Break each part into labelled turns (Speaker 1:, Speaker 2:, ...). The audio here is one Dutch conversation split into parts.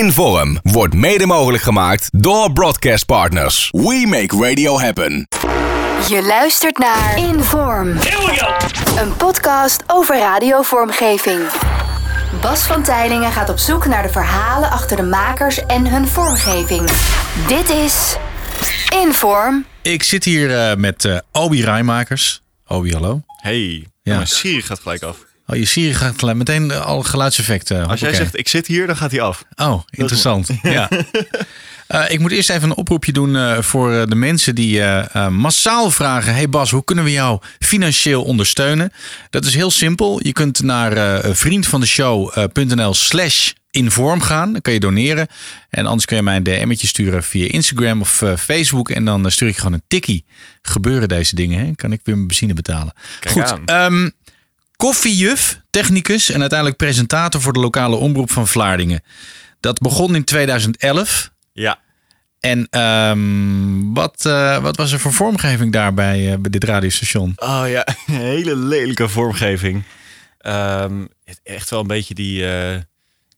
Speaker 1: Inform wordt mede mogelijk gemaakt door broadcastpartners. We make radio happen.
Speaker 2: Je luistert naar Inform. Een podcast over radiovormgeving. Bas van Tijlingen gaat op zoek naar de verhalen achter de makers en hun vormgeving. Dit is Inform.
Speaker 3: Ik zit hier eh, met eh, Obi Rijmakers. Obi, hallo.
Speaker 4: Hey,
Speaker 3: Ja.
Speaker 4: ja. mijn Siri gaat gelijk af.
Speaker 3: Oh, je Siri gaat gelijk meteen eh, al geluidseffecten.
Speaker 4: Als jij zegt ik zit hier, dan gaat hij af.
Speaker 3: Oh, interessant. Ja. Eh, ik moet eerst even een oproepje doen eh, voor eh, de mensen die eh, eh, massaal vragen: Hey Bas, hoe kunnen we jou financieel ondersteunen? Dat is heel simpel. Je kunt naar eh, vriendvandeshow.nl/slash inform gaan. Dan kun je doneren. En anders kun je mij een DM'tje sturen via Instagram of eh, Facebook. En dan eh, stuur ik je gewoon een tikkie. Gebeuren deze dingen, hè? Kan ik weer mijn benzine betalen? Goed.
Speaker 4: aan.
Speaker 3: ehm, koffiejuf, technicus en uiteindelijk presentator voor de lokale omroep van Vlaardingen. Dat begon in 2011.
Speaker 4: Ja.
Speaker 3: En ehm, wat, eh, wat was er voor vormgeving daar bij, eh, bij dit radiostation?
Speaker 4: Oh ja, een hele lelijke vormgeving. Ehm, het- echt wel een beetje die... eh,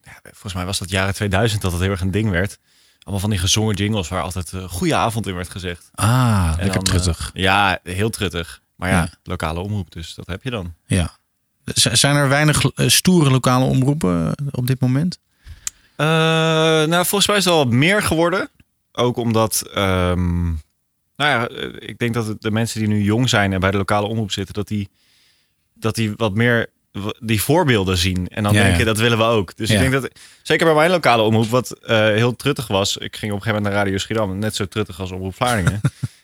Speaker 4: ja, volgens mij was dat jaren 2000 dat dat heel erg een ding werd. Allemaal van die gezongen jingles waar altijd eh goede avond in werd gezegd.
Speaker 3: Ah,
Speaker 4: En
Speaker 3: lekker
Speaker 4: dan,
Speaker 3: truttig.
Speaker 4: eh, ja, heel truttig. Maar ja,
Speaker 3: Ja.
Speaker 4: lokale omroep, dus dat heb je dan.
Speaker 3: ja. Z- zijn er weinig eh, stoere lokale omroepen op dit moment?
Speaker 4: Eh, nou, volgens mij is het al wat meer geworden. Ook omdat, ehm, nou ja, eh, ik denk dat het de mensen die nu jong zijn en bij de lokale omroep zitten, dat die, dat die wat meer w- die voorbeelden zien. En dan
Speaker 3: Ja,
Speaker 4: denken,
Speaker 3: ja.
Speaker 4: dat willen we ook. Dus
Speaker 3: Ja.
Speaker 4: ik denk dat, zeker bij mijn lokale omroep, wat eh, heel truttig was. Ik ging op een gegeven moment naar Radio Schiedam, net zo truttig als Omroep Vlaardingen.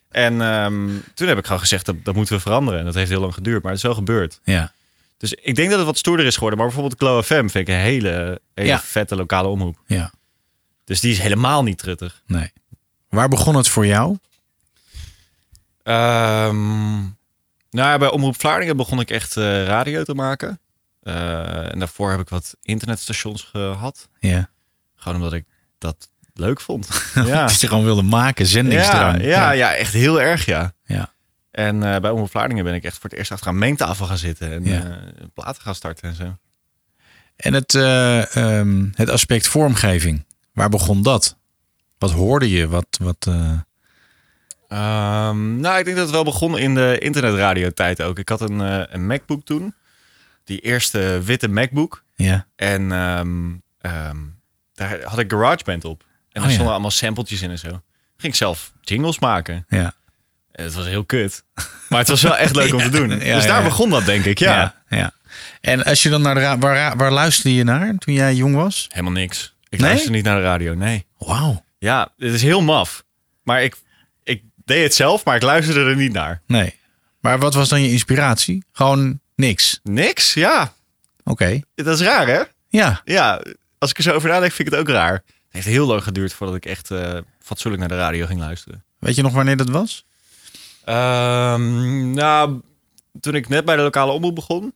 Speaker 4: en ehm, toen heb ik gewoon gezegd, dat, dat moeten we veranderen. En dat heeft heel lang geduurd, maar het is wel gebeurd.
Speaker 3: Ja.
Speaker 4: Dus ik denk dat het wat stoerder is geworden. Maar bijvoorbeeld Glow FM vind ik een hele, hele
Speaker 3: Ja.
Speaker 4: vette lokale omroep.
Speaker 3: Ja,
Speaker 4: Dus die is helemaal niet truttig.
Speaker 3: nee. Waar begon het voor jou?
Speaker 4: nou ja, bij Omroep Vlaardingen begon ik echt eh, radio te maken. Eh, en daarvoor heb ik wat internetstations gehad.
Speaker 3: Ja.
Speaker 4: Gewoon omdat ik dat leuk vond. ja.
Speaker 3: Dat je gewoon wilde maken,
Speaker 4: Ja,
Speaker 3: zendingsdrang.
Speaker 4: ja, ja, echt heel erg ja.
Speaker 3: Ja.
Speaker 4: En eh, bij Omroep Vlaardingen ben ik echt voor het eerst achter een mengtafel gaan zitten. En
Speaker 3: Ja.
Speaker 4: eh, platen gaan starten en zo.
Speaker 3: En het, eh, ehm, het aspect vormgeving, waar begon dat? Wat hoorde je? Wat, wat, eh,
Speaker 4: Ehm, nou, ik denk dat het wel begon in de internetradiotijd ook. Ik had een, eh, een MacBook toen. Die eerste witte MacBook.
Speaker 3: ja.
Speaker 4: En ehm, ehm, daar had ik GarageBand op. En daar
Speaker 3: Oh ja.
Speaker 4: stonden allemaal sampletjes in en zo. Ging ik zelf jingles maken.
Speaker 3: ja.
Speaker 4: En het was heel kut. Maar het was wel echt leuk om te doen.
Speaker 3: Ja,
Speaker 4: dus
Speaker 3: ja,
Speaker 4: daar
Speaker 3: ja.
Speaker 4: begon dat, denk ik. Ja.
Speaker 3: ja. ja. En als je dan naar de ra- waar, ra- waar luisterde je naar toen jij jong was?
Speaker 4: Helemaal niks. Ik
Speaker 3: Nee?
Speaker 4: luisterde niet naar de radio, nee.
Speaker 3: Wauw.
Speaker 4: Ja, het is heel maf. Maar ik, ik deed het zelf, maar ik luisterde er niet naar.
Speaker 3: Nee. Maar wat was dan je inspiratie? Gewoon niks.
Speaker 4: Niks? Ja.
Speaker 3: Oké.
Speaker 4: Dat is raar, hè?
Speaker 3: Ja.
Speaker 4: Ja, als ik er zo over nadenk, vind ik het ook raar. Het heeft heel lang geduurd voordat ik echt eh, fatsoenlijk naar de radio ging luisteren.
Speaker 3: Weet je nog wanneer dat was?
Speaker 4: Ehm, nou, toen ik net bij de lokale omroep begon,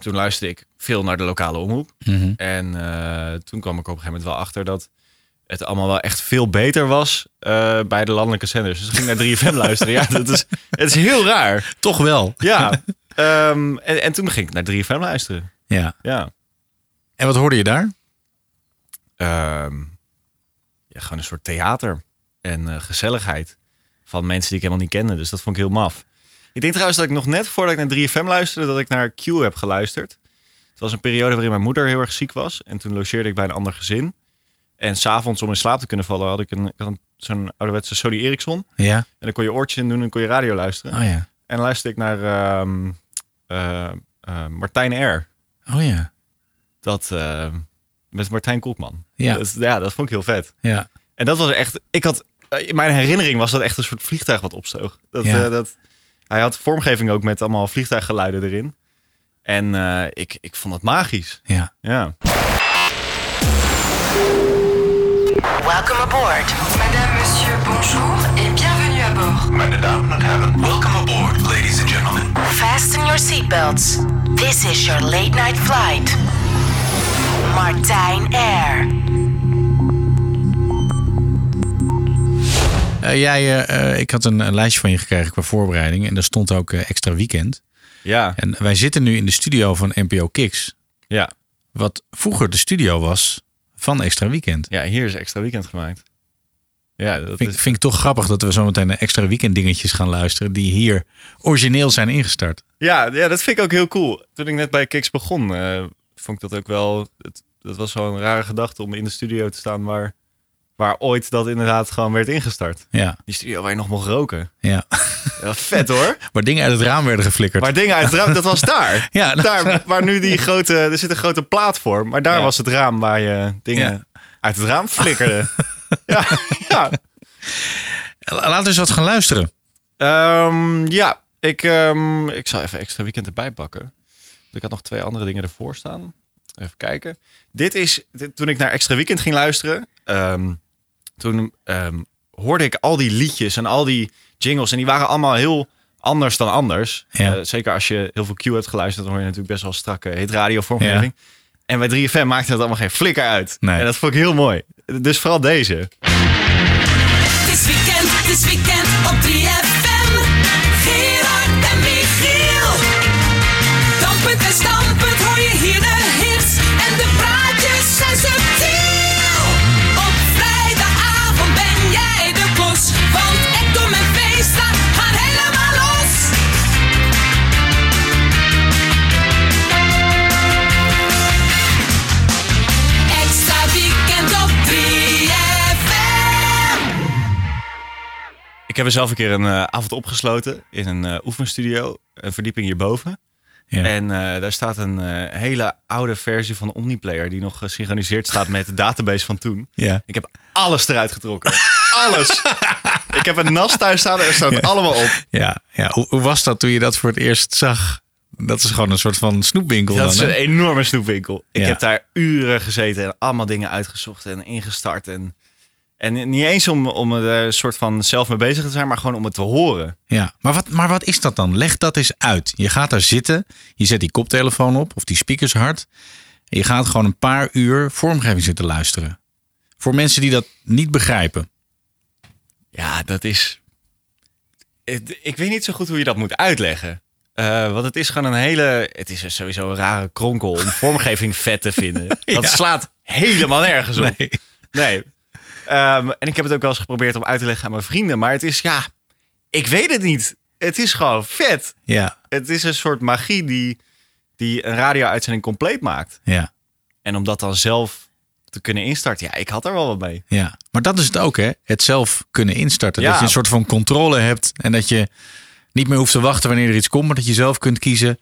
Speaker 4: toen luisterde ik veel naar de lokale omroep. En eh, toen kwam ik op een gegeven moment wel achter dat het allemaal wel echt veel beter was eh, bij de landelijke zenders. Dus ik ging naar 3FM luisteren. Ja, dat is, het is heel raar.
Speaker 3: Toch wel.
Speaker 4: Ja. Ehm, en, en toen ging ik naar 3FM luisteren.
Speaker 3: Ja.
Speaker 4: Ja.
Speaker 3: En wat hoorde je daar?
Speaker 4: ehm, ja, gewoon een soort theater en eh, gezelligheid van mensen die ik helemaal niet kende. Dus dat vond ik heel maf. Ik denk trouwens dat ik nog net voordat ik naar 3FM luisterde, dat ik naar Q heb geluisterd. Het was een periode waarin mijn moeder heel erg ziek was. En toen logeerde ik bij een ander gezin. En s'avonds om in slaap te kunnen vallen had ik, een, ik had een- zo'n ouderwetse Sony Ericsson. En
Speaker 3: Ja.
Speaker 4: dan kon je oortjes in doen en kon je radio luisteren.
Speaker 3: Oh ja.
Speaker 4: En dan luisterde ik naar ehm, eh, eh, Martijn R.
Speaker 3: Oh ja.
Speaker 4: Dat, eh, met Martijn Koopman.
Speaker 3: Ja.
Speaker 4: Dat, ja, dat vond ik heel vet.
Speaker 3: Ja.
Speaker 4: En dat was echt. Ik had. eh, In mijn herinnering was dat echt een soort vliegtuig wat opstoog. Dat,
Speaker 3: Ja.
Speaker 4: eh, dat, hij had vormgeving ook met allemaal vliegtuiggeluiden erin. En eh, ik, ik vond dat magisch.
Speaker 3: Ja.
Speaker 4: Ja.
Speaker 5: Welcome aboard.
Speaker 2: Madame, monsieur, bonjour et bienvenue à bord.
Speaker 5: Meine Damen und Herren, welcome aboard, ladies and gentlemen.
Speaker 6: Fasten your seatbelts. This is your late night flight. Martijn Air.
Speaker 3: Eh, jij, eh, eh, ik had een, een lijstje van je gekregen qua voorbereiding. En daar stond ook eh, extra weekend.
Speaker 4: Ja.
Speaker 3: En wij zitten nu in de studio van NPO Kicks.
Speaker 4: Ja.
Speaker 3: Wat vroeger de studio was van Extra Weekend.
Speaker 4: Ja, hier is extra weekend gemaakt. Ja, dat
Speaker 3: Vind,
Speaker 4: is,
Speaker 3: vind ik toch grappig dat we zo meteen naar Extra Weekend dingetjes gaan luisteren die hier origineel zijn ingestart.
Speaker 4: ja, ja, dat vind ik ook heel cool. Toen ik net bij Kiks begon, eh, vond ik dat ook wel. Het, dat was zo'n rare gedachte om in de studio te staan waar, waar ooit dat inderdaad gewoon werd ingestart.
Speaker 3: Ja,
Speaker 4: Die studio waar je nog mocht roken.
Speaker 3: ja.
Speaker 4: Ja, vet hoor.
Speaker 3: Waar dingen uit het raam werden geflikkerd.
Speaker 4: Maar dingen uit het raam, dat was daar.
Speaker 3: Ja, dat-
Speaker 4: daar waar nu die grote, er zit een grote plaat voor. Maar daar
Speaker 3: Ja.
Speaker 4: was het raam waar je dingen uit het raam flikkerde. ja, ja.
Speaker 3: Laten we eens wat gaan luisteren.
Speaker 4: Ehm, ja, ik, ehm, ik zal even extra weekend erbij pakken. Want Ik had nog twee andere dingen ervoor staan. Even kijken. Dit is, dit- toen ik naar extra weekend ging luisteren, ehm, toen ehm, hoorde ik al die liedjes en al die jingles. En die waren allemaal heel anders dan anders.
Speaker 3: Ja.
Speaker 4: Eh, zeker als je heel veel Q hebt geluisterd, dan hoor je natuurlijk best wel strakke hit radio vormgeving. En bij 3FM maakte het allemaal geen flikker uit.
Speaker 3: Nee.
Speaker 4: En dat vond ik heel mooi. Dus vooral deze.
Speaker 7: Het is weekend, het is weekend op 3FM. Gerard en Michiel. Dampend en stampend hoor je hier de hits. En de praatjes zijn subtiel. Op vrijdagavond ben jij de klos. Want Ekdom en Feesta gaan helemaal los. Extra weekend op 3FM.
Speaker 4: Ik heb er zelf een keer een eh, avond opgesloten in een eh, oefenstudio, een verdieping hierboven.
Speaker 3: Ja.
Speaker 4: En eh, daar staat een eh, hele oude versie van Omniplayer die nog gesynchroniseerd staat met de database van toen.
Speaker 3: Ja.
Speaker 4: Ik heb alles eruit getrokken. Alles. Ik heb een NAS thuis staan en er staat allemaal op.
Speaker 3: Ja, ja. Hoe, hoe was dat toen je dat voor het eerst zag? Dat is gewoon een soort van snoepwinkel.
Speaker 4: Dat
Speaker 3: dan,
Speaker 4: is
Speaker 3: hè?
Speaker 4: een enorme snoepwinkel. Ik
Speaker 3: Ja.
Speaker 4: heb daar uren gezeten en allemaal dingen uitgezocht en ingestart. En, en niet eens om, om er een soort van zelf mee bezig te zijn, maar gewoon om het te horen.
Speaker 3: Ja, maar wat, maar wat is dat dan? Leg dat eens uit. Je gaat daar zitten, je zet die koptelefoon op of die speakers hard. En je gaat gewoon een paar uur vormgeving zitten luisteren. Voor mensen die dat niet begrijpen.
Speaker 4: Ja, dat is. Ik, ik weet niet zo goed hoe je dat moet uitleggen. Eh, want het is gewoon een hele. Het is sowieso een rare kronkel om vormgeving vet te vinden. Dat slaat helemaal nergens op. Nee. Ehm, en ik heb het ook wel eens geprobeerd om uit te leggen aan mijn vrienden. Maar het is ja. Ik weet het niet. Het is gewoon vet.
Speaker 3: Ja,
Speaker 4: Het is een soort magie die, die een radio-uitzending compleet maakt.
Speaker 3: ja,
Speaker 4: En om dat dan zelf te kunnen instarten. Ja, ik had er wel wat mee.
Speaker 3: ja. Maar dat is het ook, hè? Het zelf kunnen instarten.
Speaker 4: Ja.
Speaker 3: Dat je een soort van controle hebt en dat je niet meer hoeft te wachten wanneer er iets komt, maar dat je zelf kunt kiezen.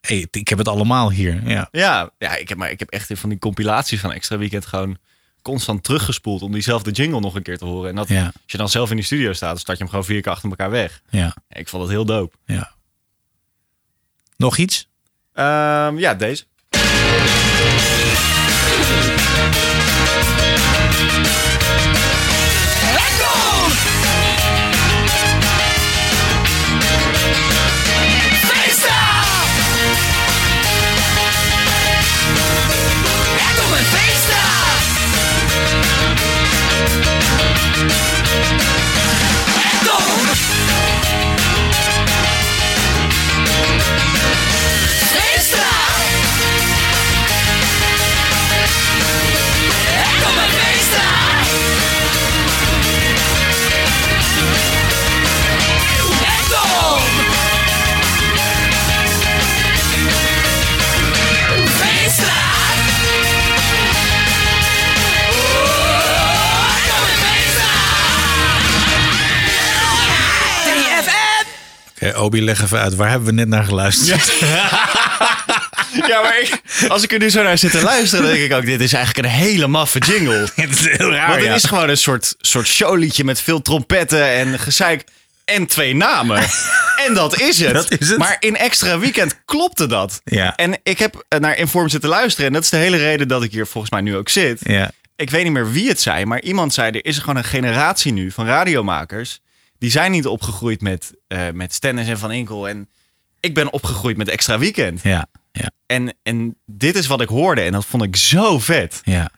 Speaker 3: hey, ik heb het allemaal hier. Ja,
Speaker 4: Ja, ja ik, heb, maar ik heb echt van die compilaties van Extra Weekend gewoon constant teruggespoeld om diezelfde jingle nog een keer te horen. En dat,
Speaker 3: Ja.
Speaker 4: als je dan zelf in die studio staat, dan start je hem gewoon vier keer achter elkaar weg.
Speaker 3: ja,
Speaker 4: Ja, ik vond dat heel dope.
Speaker 3: ja. Nog iets?
Speaker 4: Ehm, ja, deze.
Speaker 7: Ekdom! Feesta! Ekdom en Feesta! Ekdom! Feesta! Ekdom en Feesta! Ekdom! Feesta! Ekdom en Feesta! 3FM!
Speaker 3: Oké, Obi, leg even uit. Waar hebben we net naar geluisterd?
Speaker 4: Ja, maar ik- als ik er nu zo naar zit te luisteren, dan denk ik ook, dit is eigenlijk een hele maffe jingle.
Speaker 3: Het is heel raar.
Speaker 4: Want het
Speaker 3: Ah, ja.
Speaker 4: is gewoon een soort, soort showliedje met veel trompetten en gezeik en twee namen. En dat is, het.
Speaker 3: Dat is het.
Speaker 4: Maar in extra weekend klopte dat.
Speaker 3: Ja.
Speaker 4: En ik heb eh, naar Inform zitten luisteren. En dat is de hele reden dat ik hier volgens mij nu ook zit.
Speaker 3: Ja.
Speaker 4: Ik weet niet meer wie het zei, maar iemand zei... er is gewoon een generatie nu van radiomakers... die zijn niet opgegroeid met, eh met Stennis en Van Inkel. En ik ben opgegroeid met Extra Weekend.
Speaker 3: Ja, ja,
Speaker 4: En, en dit is wat ik hoorde en dat vond ik zo vet.
Speaker 3: ja.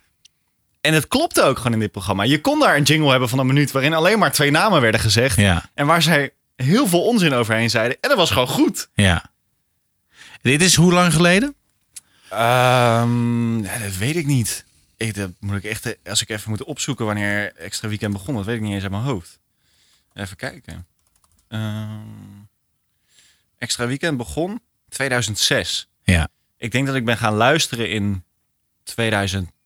Speaker 4: En het klopte ook gewoon in dit programma. Je kon daar een jingle hebben van een minuut waarin alleen maar twee namen werden gezegd.
Speaker 3: Ja.
Speaker 4: En waar zij heel veel onzin overheen zeiden. En dat was gewoon goed.
Speaker 3: ja. Dit is hoe lang geleden?
Speaker 4: dat Ehm, weet ik niet. Ik, dat moet ik echt, eh, als ik even moet opzoeken wanneer extra weekend begon, dat weet ik niet eens uit mijn hoofd. Even kijken. Ehm, extra weekend begon 2006.
Speaker 3: Ja.
Speaker 4: Ik denk dat ik ben gaan luisteren in 2011.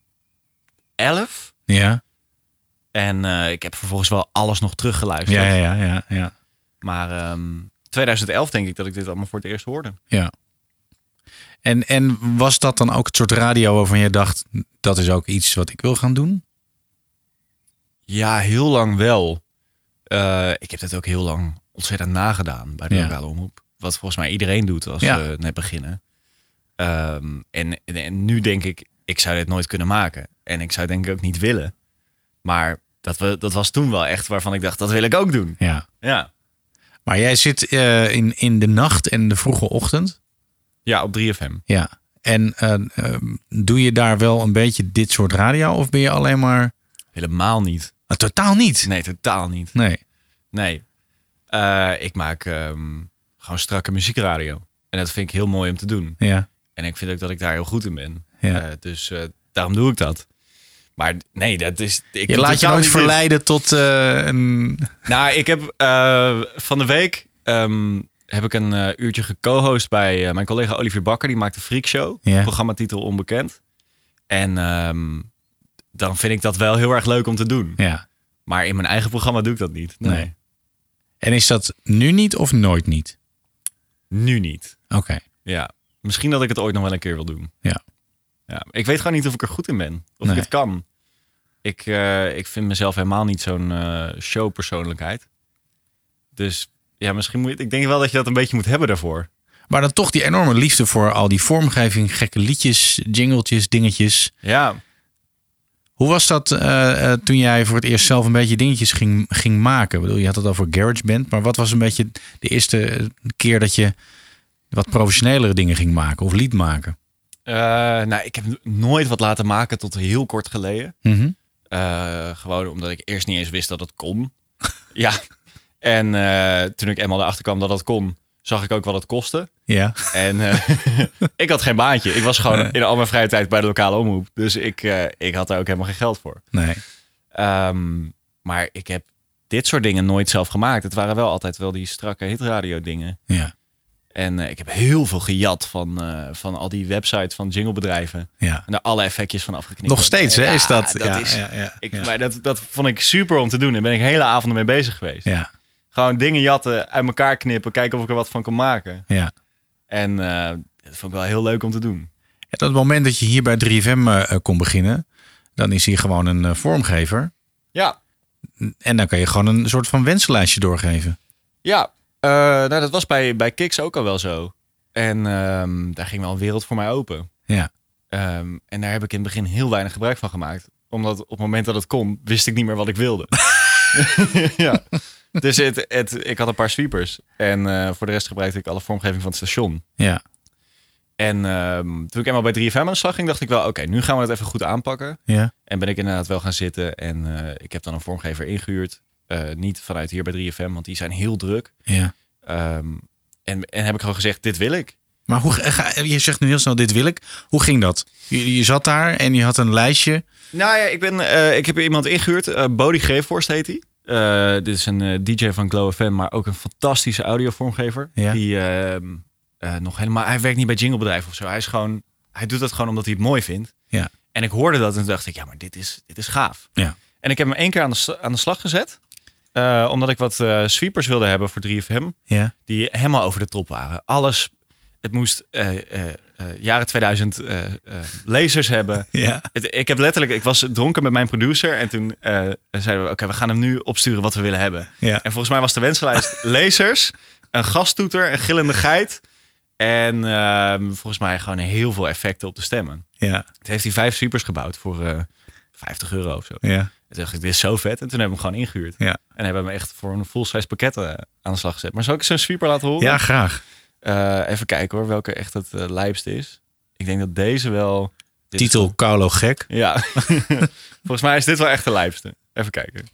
Speaker 3: Ja.
Speaker 4: En eh, ik heb vervolgens wel alles nog teruggeluisterd.
Speaker 3: Ja, ja, ja, ja, ja.
Speaker 4: Maar ehm, 2011 denk ik dat ik dit allemaal voor het eerst hoorde.
Speaker 3: ja. En, en was dat dan ook het soort radio waarvan jij dacht, dat is ook iets wat ik wil gaan doen?
Speaker 4: Ja, heel lang wel. Eh, ik heb dat ook heel lang ontzettend nagedaan bij de
Speaker 3: Ja.
Speaker 4: lokale omroep. Wat volgens mij iedereen doet als
Speaker 3: Ja.
Speaker 4: we net beginnen. Ehm, en, en, en nu denk ik, ik zou dit nooit kunnen maken. En ik zou het denk ik ook niet willen. Maar dat, we, dat was toen wel echt waarvan ik dacht, dat wil ik ook doen.
Speaker 3: Ja.
Speaker 4: Ja,
Speaker 3: Maar jij zit eh, in, in de nacht en de vroege ochtend.
Speaker 4: ja op 3FM.
Speaker 3: Ja. En eh, eh, doe je daar wel een beetje dit soort radio? Of ben je alleen maar...
Speaker 4: Helemaal niet.
Speaker 3: Ah, totaal niet.
Speaker 4: Nee, totaal niet.
Speaker 3: Nee.
Speaker 4: Nee. Eh, ik maak ehm, gewoon strakke muziekradio. En dat vind ik heel mooi om te doen.
Speaker 3: Ja.
Speaker 4: En ik vind ook dat ik daar heel goed in ben.
Speaker 3: Ja.
Speaker 4: Eh, dus eh, daarom doe ik dat. Maar nee, dat is... Ik
Speaker 3: Je
Speaker 4: doe
Speaker 3: laat je
Speaker 4: totaal
Speaker 3: nooit
Speaker 4: niet-
Speaker 3: verleiden tot eh, een...
Speaker 4: Nou, ik heb eh, van de week... ehm, heb ik een eh, uurtje geco-host bij eh, mijn collega Olivier Bakker. Die maakt de Freak Show.
Speaker 3: Ja.
Speaker 4: Programmatitel Onbekend. En ehm, dan vind ik dat wel heel erg leuk om te doen.
Speaker 3: Ja.
Speaker 4: Maar in mijn eigen programma doe ik dat niet.
Speaker 3: Nee. En is dat nu niet of nooit niet?
Speaker 4: Nu niet.
Speaker 3: Oké.
Speaker 4: Ja, misschien dat ik het ooit nog wel een keer wil doen.
Speaker 3: Ja.
Speaker 4: ja. Ik weet gewoon niet of ik er goed in ben. Of
Speaker 3: Nee.
Speaker 4: ik het kan. Ik, eh, ik vind mezelf helemaal niet zo'n eh, showpersoonlijkheid. Dus ja, misschien moet je... Ik denk wel dat je dat een beetje moet hebben daarvoor.
Speaker 3: Maar dan toch die enorme liefde voor al die vormgeving, gekke liedjes, jingeltjes, dingetjes.
Speaker 4: Ja.
Speaker 3: Hoe was dat eh, eh, toen jij voor het eerst zelf een beetje dingetjes ging, ging maken? Ik bedoel, je had het al voor GarageBand, maar wat was een beetje de eerste eh, keer dat je wat professionelere dingen ging maken of liet maken?
Speaker 4: Eh, nou, ik heb nooit wat laten maken tot heel kort geleden.
Speaker 3: Mhm.
Speaker 4: Eh, gewoon omdat ik eerst niet eens wist dat het kon. ja. En eh, toen ik eenmaal erachter kwam dat dat kon, zag ik ook wat het kostte.
Speaker 3: Ja.
Speaker 4: En eh, ik had geen baantje. Ik was gewoon in al mijn vrije tijd bij de lokale omroep. Dus ik, eh, ik had daar ook helemaal geen geld voor.
Speaker 3: Nee.
Speaker 4: Ehm, maar ik heb dit soort dingen nooit zelf gemaakt. Het waren wel altijd wel die strakke hitradio dingen.
Speaker 3: Ja.
Speaker 4: En eh, ik heb heel veel gejat van, eh, van al die websites van jinglebedrijven.
Speaker 3: Ja.
Speaker 4: En daar alle effectjes van afgeknipt.
Speaker 3: Nog steeds, hè?
Speaker 4: Ja,
Speaker 3: Is dat?
Speaker 4: dat is,
Speaker 3: ja, ja,
Speaker 4: ik,
Speaker 3: ja.
Speaker 4: Maar dat, dat vond ik super om te doen. Daar ben ik hele avonden mee bezig geweest.
Speaker 3: ja.
Speaker 4: Gewoon dingen jatten, uit elkaar knippen, kijken of ik er wat van kon maken.
Speaker 3: ja.
Speaker 4: En eh, dat vond ik wel heel leuk om te doen.
Speaker 3: Ja, dat moment dat je hier bij 3FM eh, eh, kon beginnen, dan is hier gewoon een eh, vormgever.
Speaker 4: Ja,
Speaker 3: En dan kan je gewoon een soort van wensenlijstje doorgeven.
Speaker 4: Ja, eh, nou, dat was bij, bij Kiks ook al wel zo. En ehm, daar ging wel een wereld voor mij open.
Speaker 3: Ja,
Speaker 4: Ehm, en daar heb ik in het begin heel weinig gebruik van gemaakt. Omdat op het moment dat het kon, wist ik niet meer wat ik wilde. ja. Dus het, het, ik had een paar sweepers. En eh, voor de rest gebruikte ik alle vormgeving van het station.
Speaker 3: ja,
Speaker 4: En ehm, toen ik eenmaal bij 3FM aan de slag ging, dacht ik wel... oké, nu gaan we het even goed aanpakken.
Speaker 3: ja,
Speaker 4: En ben ik inderdaad wel gaan zitten. En eh, ik heb dan een vormgever ingehuurd. Eh, niet vanuit hier bij 3FM, want die zijn heel druk.
Speaker 3: ja.
Speaker 4: Ehm, en, en heb ik gewoon gezegd, dit wil ik.
Speaker 3: Maar hoe, ga- je zegt nu heel snel, dit wil ik. Hoe ging dat? Je, je zat daar en je had een lijstje.
Speaker 4: Nou ja, ik, ben, eh, ik heb iemand ingehuurd. eh Bodie Greefhorst heet hij. Eh, dit is een eh, DJ van Glow FM, maar ook een fantastische audiovormgever.
Speaker 3: Ja.
Speaker 4: Die ehm, eh, nog helemaal... Hij werkt niet bij jinglebedrijven of zo. Hij, is gewoon, hij doet dat gewoon omdat hij het mooi vindt.
Speaker 3: Ja.
Speaker 4: En ik hoorde dat en toen dacht ik, ja, maar dit is, dit is gaaf.
Speaker 3: Ja.
Speaker 4: En ik heb hem één keer aan de, s- aan de slag gezet. eh, omdat ik wat eh, sweepers wilde hebben voor 3FM.
Speaker 3: Ja,
Speaker 4: die helemaal over de top waren. Alles, het moest eh, eh, eh, jaren 2000 eh, eh, lasers hebben.
Speaker 3: ja,
Speaker 4: Het, ik heb letterlijk, ik was dronken met mijn producer en toen eh, zeiden we, oké, we gaan hem nu opsturen wat we willen hebben.
Speaker 3: ja.
Speaker 4: En volgens mij was de wensenlijst lasers, een gastoeter, een gillende geit en ehm, volgens mij gewoon heel veel effecten op de stemmen.
Speaker 3: ja,
Speaker 4: Het heeft hij vijf supers gebouwd voor eh, 50 euro of zo.
Speaker 3: ja.
Speaker 4: En toen dacht ik, dit is zo vet. En toen hebben we hem gewoon ingehuurd.
Speaker 3: Ja.
Speaker 4: En hebben we hem echt voor een full-size pakket eh, aan de slag gezet. Maar zou ik zo'n sweeper laten horen?
Speaker 3: Ja, graag.
Speaker 4: Eh, even kijken hoor, welke echt het eh, lijpste is. Ik denk dat deze wel... dit is
Speaker 3: Titel Carlo Gek.
Speaker 4: gewoon- Ja. Volgens mij is dit wel echt de lijpste. Even kijken.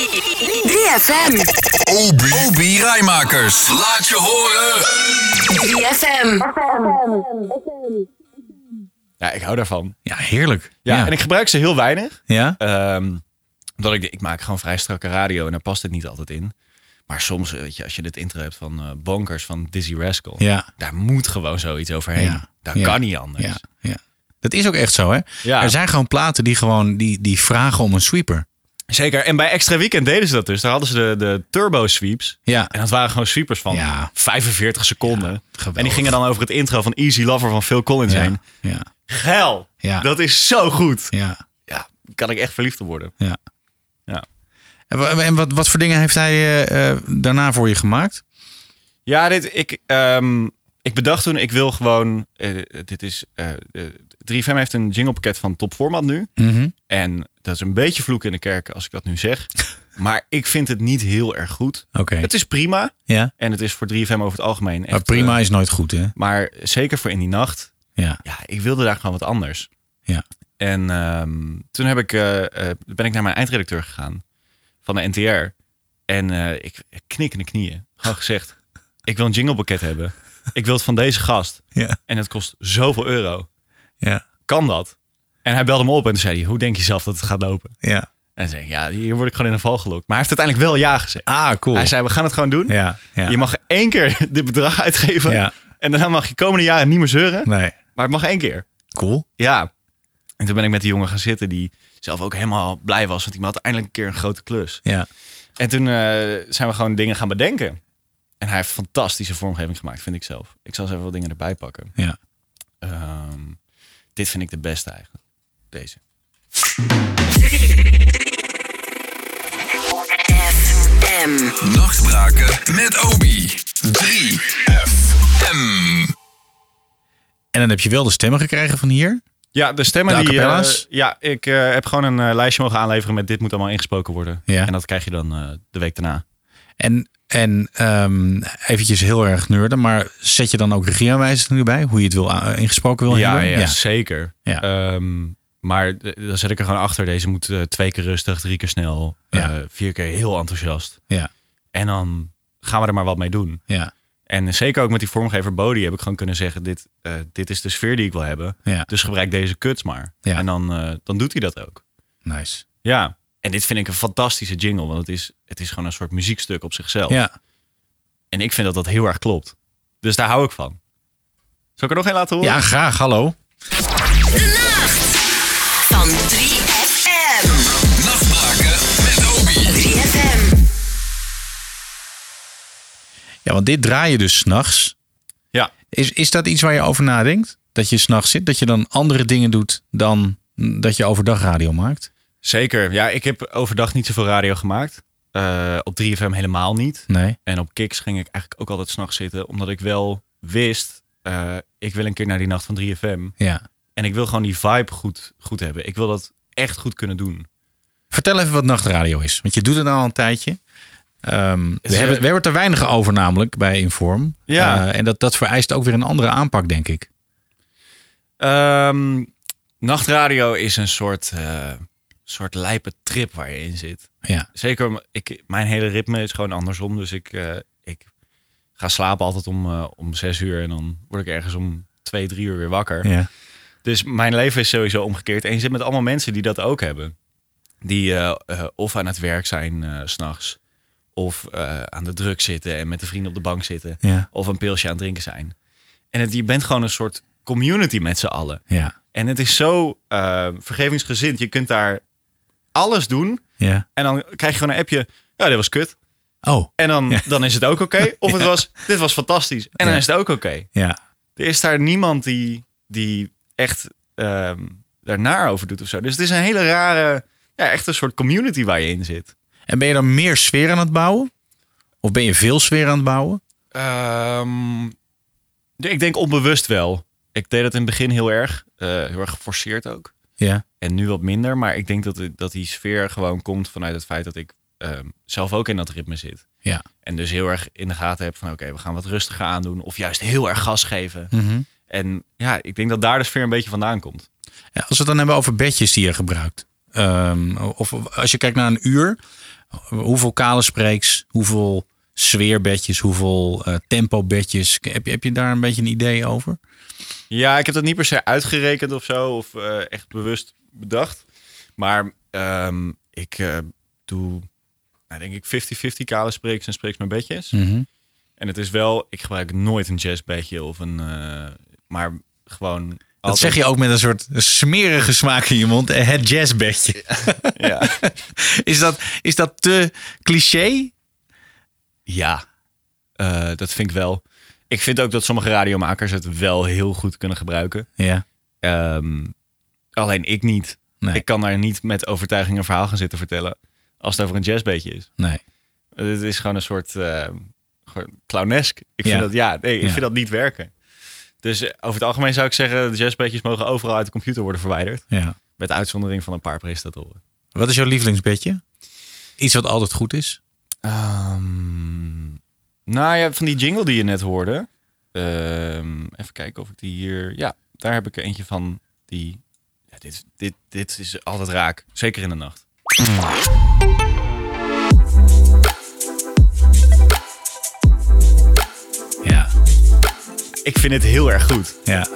Speaker 6: 3FM.
Speaker 1: Obi. Obi Rijmakers. Laat je horen.
Speaker 6: 3FM.
Speaker 4: Ja, ik hou daarvan.
Speaker 3: Ja, heerlijk.
Speaker 4: Ja,
Speaker 3: ja.
Speaker 4: en ik gebruik ze heel weinig.
Speaker 3: Ja?
Speaker 4: Ehm, omdat ik, ik maak gewoon vrij strakke radio en daar past het niet altijd in. Maar soms, eh, weet je, als je dit intro hebt van eh Bonkers van Dizzy Rascal.
Speaker 3: Ja.
Speaker 4: Daar moet gewoon zoiets overheen.
Speaker 3: Ja.
Speaker 4: Daar
Speaker 3: Ja.
Speaker 4: kan niet anders.
Speaker 3: Ja, ja. Dat is ook echt zo, hè?
Speaker 4: Ja.
Speaker 3: Er zijn gewoon platen die gewoon die, die vragen om een sweeper.
Speaker 4: Zeker. En bij Extra Weekend deden ze dat dus. Daar hadden ze de, de turbo sweeps.
Speaker 3: Ja.
Speaker 4: En dat waren gewoon sweepers van
Speaker 3: Ja.
Speaker 4: 45 seconden.
Speaker 3: geweldig.
Speaker 4: en die gingen dan over het intro van Easy Lover van Phil Collins
Speaker 3: Ja,
Speaker 4: heen.
Speaker 3: ja,
Speaker 4: Geil.
Speaker 3: Ja.
Speaker 4: Dat is zo goed.
Speaker 3: ja.
Speaker 4: Ja, kan ik echt verliefd op worden.
Speaker 3: ja.
Speaker 4: Ja.
Speaker 3: En wa- En wat, wat voor dingen heeft hij eh, eh, daarna voor je gemaakt?
Speaker 4: Ja, dit, ik, ehm, ik bedacht toen, ik wil gewoon... eh, dit is, eh, eh, 3FM heeft een jinglepakket van topformat nu. En dat is een beetje vloek in de kerk als ik dat nu zeg. maar ik vind het niet heel erg goed.
Speaker 3: Oké.
Speaker 4: Het is prima.
Speaker 3: Ja.
Speaker 4: En het is voor 3FM over het algemeen echt...
Speaker 3: Maar prima is nooit goed, hè?
Speaker 4: Maar zeker voor in die nacht.
Speaker 3: Ja.
Speaker 4: Ja, ik wilde daar gewoon wat anders.
Speaker 3: Ja.
Speaker 4: En ehm, toen heb ik, eh, eh, ben ik naar mijn eindredacteur gegaan van de NTR. En eh, ik ik knik in de knieën. Gewoon gezegd, ik wil een jinglepakket hebben. Ik wil het van deze gast.
Speaker 3: Ja.
Speaker 4: En het kost zoveel euro.
Speaker 3: Ja.
Speaker 4: Kan dat? En hij belde me op en toen zei hij, hoe denk je zelf dat het gaat lopen?
Speaker 3: Ja.
Speaker 4: En zei ik, ja, hier word ik gewoon in een val gelokt. Maar hij heeft uiteindelijk wel ja gezegd.
Speaker 3: Ah, cool.
Speaker 4: Hij zei, we gaan het gewoon doen.
Speaker 3: ja, ja.
Speaker 4: Je mag één keer dit bedrag uitgeven.
Speaker 3: Ja.
Speaker 4: En daarna mag je komende jaren niet meer zeuren.
Speaker 3: Nee.
Speaker 4: Maar het mag één keer.
Speaker 3: Cool.
Speaker 4: Ja. En toen ben ik met die jongen gaan zitten die zelf ook helemaal blij was. Want die had eindelijk een keer een grote klus.
Speaker 3: Ja.
Speaker 4: En toen eh, zijn we gewoon dingen gaan bedenken. En hij heeft fantastische vormgeving gemaakt, vind ik zelf. Ik zal eens even wat dingen erbij pakken.
Speaker 3: Ja.
Speaker 4: Ehm, dit vind ik de beste eigenlijk. Deze.
Speaker 6: FM.
Speaker 1: Nachtbraken met Obi. 3FM.
Speaker 3: En dan heb je wel de stemmen gekregen van hier.
Speaker 4: Ja, de stemmen
Speaker 3: De a
Speaker 4: die... eh,
Speaker 3: cappella's?
Speaker 4: ja, ik eh, heb gewoon een eh, lijstje mogen aanleveren met dit moet allemaal ingesproken worden.
Speaker 3: Ja.
Speaker 4: En dat krijg je dan eh, de week daarna.
Speaker 3: En, en ehm, eventjes heel erg nerden, maar zet je dan ook regieaanwijzingen erbij? Hoe je het wil a- ingesproken wil
Speaker 4: Ja,
Speaker 3: hebben?
Speaker 4: ja, zeker.
Speaker 3: Ja.
Speaker 4: Ehm, maar d- dan zet ik er gewoon achter. Deze moet eh, twee keer rustig, drie keer snel,
Speaker 3: Ja.
Speaker 4: eh, vier keer heel enthousiast.
Speaker 3: Ja,
Speaker 4: En dan gaan we er maar wat mee doen.
Speaker 3: ja,
Speaker 4: En zeker ook met die vormgever Bodie heb ik gewoon kunnen zeggen... dit, eh, dit is de sfeer die ik wil hebben.
Speaker 3: Ja.
Speaker 4: Dus gebruik deze kuts maar.
Speaker 3: Ja.
Speaker 4: En dan, eh, dan doet hij dat ook.
Speaker 3: nice.
Speaker 4: Ja. En dit vind ik een fantastische jingle. Want het is, het is gewoon een soort muziekstuk op zichzelf.
Speaker 3: Ja,
Speaker 4: En ik vind dat dat heel erg klopt. Dus daar hou ik van. Zal ik er nog een laten horen?
Speaker 3: ja, graag, hallo.
Speaker 6: De nacht van 3FM.
Speaker 1: Nachtbraken met Obi.
Speaker 6: 3FM.
Speaker 3: Ja, want dit draai je dus s'nachts.
Speaker 4: Ja.
Speaker 3: Is, is dat iets waar je over nadenkt? Dat je s'nachts zit, dat je dan andere dingen doet dan mm, dat je overdag radio maakt?
Speaker 4: Zeker. Ja, ik heb overdag niet zoveel radio gemaakt. Eh, op 3FM helemaal niet.
Speaker 3: Nee.
Speaker 4: En op Kiks ging ik eigenlijk ook altijd s'nachts zitten. Omdat ik wel wist, eh, ik wil een keer naar die nacht van 3FM.
Speaker 3: Ja.
Speaker 4: En ik wil gewoon die vibe goed, goed hebben. Ik wil dat echt goed kunnen doen.
Speaker 3: Vertel even wat nachtradio is. Want je doet het al een tijdje. Ehm, we,
Speaker 4: is,
Speaker 3: hebben, we
Speaker 4: eh,
Speaker 3: hebben het er weinig over namelijk bij Inform.
Speaker 4: Ja.
Speaker 3: Eh, en dat, dat vereist ook weer een andere aanpak, denk ik.
Speaker 4: Ehm, nachtradio is een soort, eh, soort lijpe trip waar je in zit.
Speaker 3: Ja,
Speaker 4: Zeker, om- ik, mijn hele ritme is gewoon andersom. Dus ik, eh, ik ga slapen altijd om, eh, om zes uur. En dan word ik ergens om twee, drie uur weer wakker.
Speaker 3: ja,
Speaker 4: Dus mijn leven is sowieso omgekeerd. En je zit met allemaal mensen die dat ook hebben. Die eh, eh, of aan het werk zijn eh, s s'nachts. Of eh, aan de druk zitten en met de vrienden op de bank zitten.
Speaker 3: ja,
Speaker 4: Of een pilsje aan het drinken zijn. En het, je bent gewoon een soort community met z'n allen.
Speaker 3: ja,
Speaker 4: En het is zo eh, vergevingsgezind. Je kunt daar alles doen.
Speaker 3: ja.
Speaker 4: En dan krijg je gewoon een appje. Ja, dit was kut.
Speaker 3: Oh,
Speaker 4: En dan,
Speaker 3: Ja.
Speaker 4: dan is het ook oké. Of het was, dit was fantastisch. En dan
Speaker 3: Ja.
Speaker 4: is het ook oké.
Speaker 3: ja,
Speaker 4: Er is daar niemand die, die echt ehm daarnaar over doet of zo. Dus het is een hele rare, ja, echt een soort community waar je in zit.
Speaker 3: En ben je dan meer sfeer aan het bouwen? Of ben je veel sfeer aan het bouwen?
Speaker 4: ik denk onbewust wel. Ik deed dat in het begin heel erg, eh, heel erg geforceerd ook.
Speaker 3: Ja,
Speaker 4: En nu wat minder, maar ik denk dat, het- dat die sfeer gewoon komt vanuit het feit dat ik ehm, zelf ook in dat ritme zit.
Speaker 3: ja,
Speaker 4: En dus heel erg in de gaten heb van oké, we gaan wat rustiger aandoen. Of juist heel erg gas geven. En ja, ik denk dat daar de sfeer een beetje vandaan komt.
Speaker 3: Ja, Als we het dan hebben over bedjes die je gebruikt. Ehm, of of als je kijkt naar een uur. Hoeveel kale spreeks, hoeveel sfeerbedjes, hoeveel eh, tempo-bedjes. Heb je, heb je daar een beetje een idee over?
Speaker 4: Ja, ik heb dat niet per se uitgerekend of zo, of eh, echt bewust bedacht. Maar ehm, ik eh, doe, nou, denk ik, 50-50 kale spreeks en spreeks met bedjes.
Speaker 3: Mhm.
Speaker 4: En het is wel, ik gebruik nooit een jazzbedje of een, eh, maar gewoon...
Speaker 3: Dat zeg je ook met een soort smerige smaak in je mond. eh, Het jazzbedje.
Speaker 4: Ja.
Speaker 3: Is dat, is dat te cliché?
Speaker 4: Ja, eh, dat vind ik wel. Ik vind ook dat sommige radiomakers het wel heel goed kunnen gebruiken.
Speaker 3: Ja.
Speaker 4: Ehm, alleen ik niet.
Speaker 3: Nee.
Speaker 4: Ik kan daar niet met overtuiging een verhaal gaan zitten vertellen. Als het over een jazzbeetje is.
Speaker 3: Nee.
Speaker 4: Het is gewoon een soort eh, gewoon clownesk. Ik
Speaker 3: Ja.
Speaker 4: vind dat, ja, nee, ik
Speaker 3: Ja.
Speaker 4: vind dat niet werken. Dus eh, over het algemeen zou ik zeggen, de jazzbeetjes mogen overal uit de computer worden verwijderd.
Speaker 3: Ja.
Speaker 4: Met uitzondering van een paar presentatoren.
Speaker 3: Wat is jouw lievelingsbedje? Iets wat altijd goed is?
Speaker 4: Ehm, nou ja, van die jingle die je net hoorde. Ehm, even kijken of ik die hier... Ja, daar heb ik er eentje van. Die, ja, dit, dit, dit is altijd raak. Zeker in de nacht.
Speaker 3: Ja.
Speaker 4: Ik vind het heel erg goed.
Speaker 3: Ja.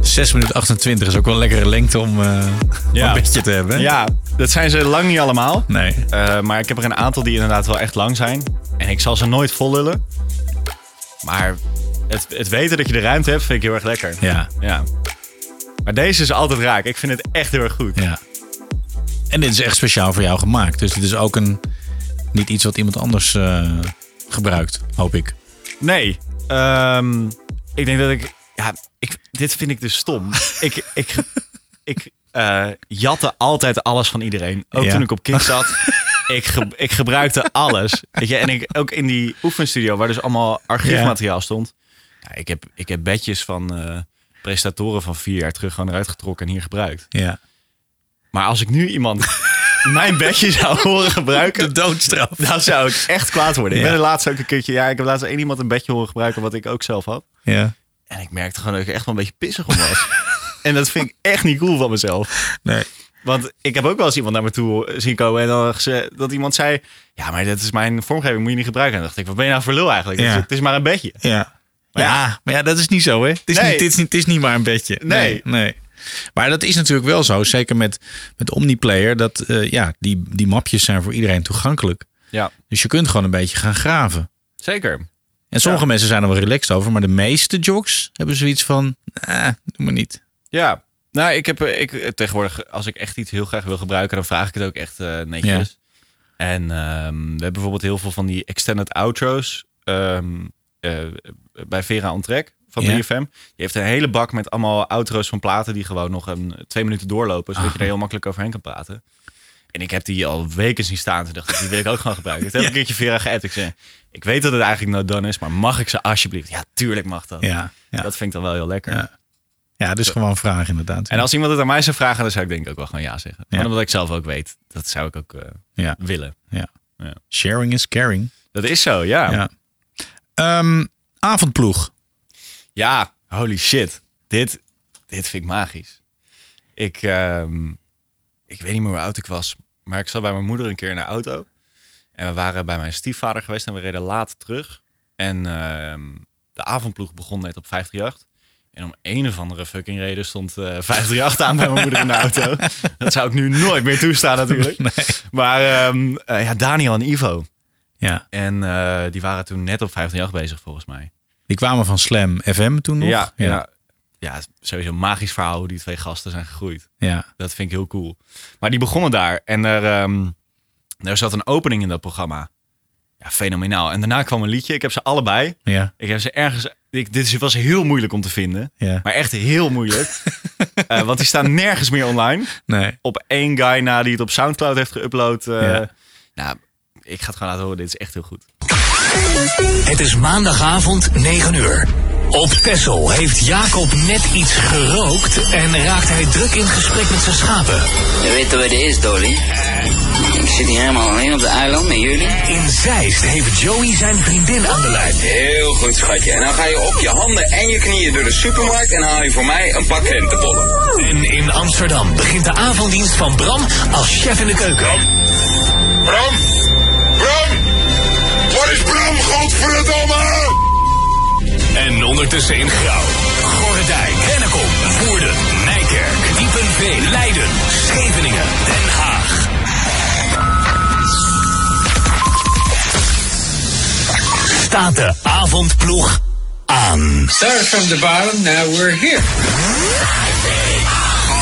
Speaker 3: 6 minuten 28 is ook wel een lekkere lengte om eh,
Speaker 4: Ja.
Speaker 3: een bedje te hebben. hè?
Speaker 4: Ja, dat zijn ze lang niet allemaal.
Speaker 3: Nee.
Speaker 4: Eh, maar ik heb er een aantal die inderdaad wel echt lang zijn. En ik zal ze nooit vol lullen. Maar het, het weten dat je de ruimte hebt, vind ik heel erg lekker.
Speaker 3: Ja.
Speaker 4: Ja. Maar deze is altijd raak. Ik vind het echt heel erg goed.
Speaker 3: Ja. En dit is echt speciaal voor jou gemaakt. Dus dit is ook een, niet iets wat iemand anders eh, gebruikt, hoop ik.
Speaker 4: Nee. Ehm, ik denk dat ik... Ja, ik, dit vind ik dus stom. ik ik, ik eh, jatte altijd alles van iedereen. Ook
Speaker 3: Ja.
Speaker 4: toen ik op kind zat. ik, ge- ik gebruikte alles. Weet je? En ik, ook in die oefenstudio, waar dus allemaal archiefmateriaal stond. Ja, ik, heb, ik heb bedjes van eh presentatoren van vier jaar terug gewoon eruit getrokken en hier gebruikt.
Speaker 3: Ja.
Speaker 4: Maar als ik nu iemand mijn bedje zou horen gebruiken...
Speaker 3: De doodstraf.
Speaker 4: Dan zou ik echt kwaad worden. Ik
Speaker 3: Ja.
Speaker 4: ben de laatste ook een keertje. Ja, ik heb laatst één iemand een bedje horen gebruiken wat ik ook zelf had.
Speaker 3: Ja.
Speaker 4: En ik merkte gewoon dat ik er echt wel een beetje pissig om was. en dat vind ik echt niet cool van mezelf.
Speaker 3: Nee.
Speaker 4: Want ik heb ook wel eens iemand naar me toe zien komen en dan geze- dat iemand zei: Ja, maar dat is mijn vormgeving, moet je niet gebruiken. En dan dacht ik: Wat ben je nou voor lul eigenlijk?
Speaker 3: Ja.
Speaker 4: Het, is, het is maar een bedje.
Speaker 3: Ja. Maar ja. maar ja, dat is niet zo, hè? Het is,
Speaker 4: Nee.
Speaker 3: niet, het is, niet, het is niet maar een bedje.
Speaker 4: Nee.
Speaker 3: nee. nee. Maar dat is natuurlijk wel zo, zeker met, met Omniplayer, dat eh, ja, die, die mapjes zijn voor iedereen toegankelijk.
Speaker 4: Ja,
Speaker 3: Dus je kunt gewoon een beetje gaan graven.
Speaker 4: zeker.
Speaker 3: En sommige mensen zijn er wel relaxed over, maar de meeste jocks hebben zoiets van, ah, doe maar niet.
Speaker 4: Ja, nou, ik heb eh, ik, eh, tegenwoordig, als ik echt iets heel graag wil gebruiken, dan vraag ik het ook echt eh, netjes. En ehm, we hebben bijvoorbeeld heel veel van die extended outro's ehm, eh, bij Vera Ontrek van
Speaker 3: Ja.
Speaker 4: 3FM. Die heeft een hele bak met allemaal outro's van platen die gewoon nog een, twee minuten doorlopen, zodat je
Speaker 3: Ah.
Speaker 4: er heel makkelijk overheen kan praten. En ik heb die al weken zien staan. Toen dacht ik, die wil ik ook gewoon gebruiken. Toen heb ik een keertje Vera geappt. Ik zei, ik weet dat het eigenlijk nou done is, maar mag ik ze alsjeblieft? Ja, tuurlijk mag dat.
Speaker 3: Ja, ja.
Speaker 4: Dat vind ik dan wel heel lekker.
Speaker 3: Ja. Ja, dus gewoon vragen inderdaad.
Speaker 4: En als iemand het aan mij zou vragen, dan zou ik denk ik ook wel gewoon ja zeggen.
Speaker 3: Ja.
Speaker 4: Maar omdat ik zelf ook weet, dat zou ik ook eh,
Speaker 3: ja,
Speaker 4: willen.
Speaker 3: ja.
Speaker 4: Ja.
Speaker 3: Sharing is caring.
Speaker 4: Dat is zo, ja. ja.
Speaker 3: Ja. Ehm, avondploeg.
Speaker 4: holy shit. Dit, dit vind ik magisch. Ik, ehm, ik weet niet meer hoe oud ik was, maar ik zat bij mijn moeder een keer in de auto. En we waren bij mijn stiefvader geweest en we reden laat terug. En ehm, de avondploeg begon net op 538. En om een of andere fucking reden stond eh 538 aan bij mijn moeder in de auto. Dat zou ik nu nooit meer toestaan natuurlijk. Maar ehm, eh, ja, Daniel en Ivo.
Speaker 3: Ja.
Speaker 4: En eh, die waren toen net op 538 bezig volgens mij.
Speaker 3: Die kwamen van Slam FM toen nog.
Speaker 4: Ja, ja.
Speaker 3: ja.
Speaker 4: ja. sowieso een magisch verhaal hoe die twee gasten zijn gegroeid.
Speaker 3: ja.
Speaker 4: Dat vind ik heel cool. Maar die begonnen daar en er, ehm, er zat een opening in dat programma. Ja, fenomenaal. En daarna kwam een liedje. Ik heb ze allebei.
Speaker 3: ja.
Speaker 4: Ik heb ze ergens... Ik, dit is- was heel moeilijk om te vinden.
Speaker 3: Ja.
Speaker 4: Maar echt heel moeilijk. Eh, want die staan nergens meer online.
Speaker 3: Nee.
Speaker 4: Op één guy na die het op Soundcloud heeft geüpload. eh,
Speaker 3: Ja.
Speaker 4: Nou, ik ga het gewoon laten horen. Dit is echt heel goed.
Speaker 8: Het is maandagavond 9 uur. Op Tessel heeft Jacob net iets gerookt en raakt hij druk in gesprek met zijn schapen.
Speaker 9: Je weet wat het is, Dolly. Ik zit hier helemaal alleen op de eiland met jullie.
Speaker 8: In Zeist heeft Joey zijn vriendin aan de lijn.
Speaker 9: Heel goed, schatje. En dan ga je op je handen en je knieën door de supermarkt en haal je voor mij een pak rentebollen.
Speaker 8: En in Amsterdam begint de avonddienst van Bram als chef in de keuken.
Speaker 9: Bram! Bram!
Speaker 10: Waar is Bram, godverdomme?
Speaker 8: En ondertussen in Grauw. Gorredijk, Rennekom, Woerden, Nijkerk, Diepenveen, Leiden, Scheveningen, Den Haag. Staat de avondploeg aan. Start from the bottom, now we're here.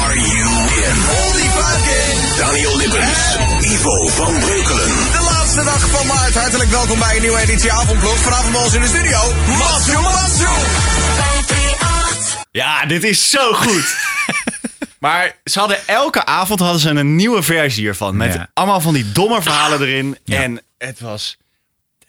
Speaker 8: Are you in?
Speaker 11: Daniel Lippens, Ivo van Breukelen.
Speaker 12: De laatste dag van maart. Hartelijk welkom bij een nieuwe editie Avondblok. Vanavond bij ons in de studio, Matjo Matjo.
Speaker 4: Ja, dit is zo goed. maar ze hadden elke avond hadden ze een nieuwe versie hiervan. Met
Speaker 3: Ja. Ah,
Speaker 4: allemaal van die domme verhalen erin. En het was...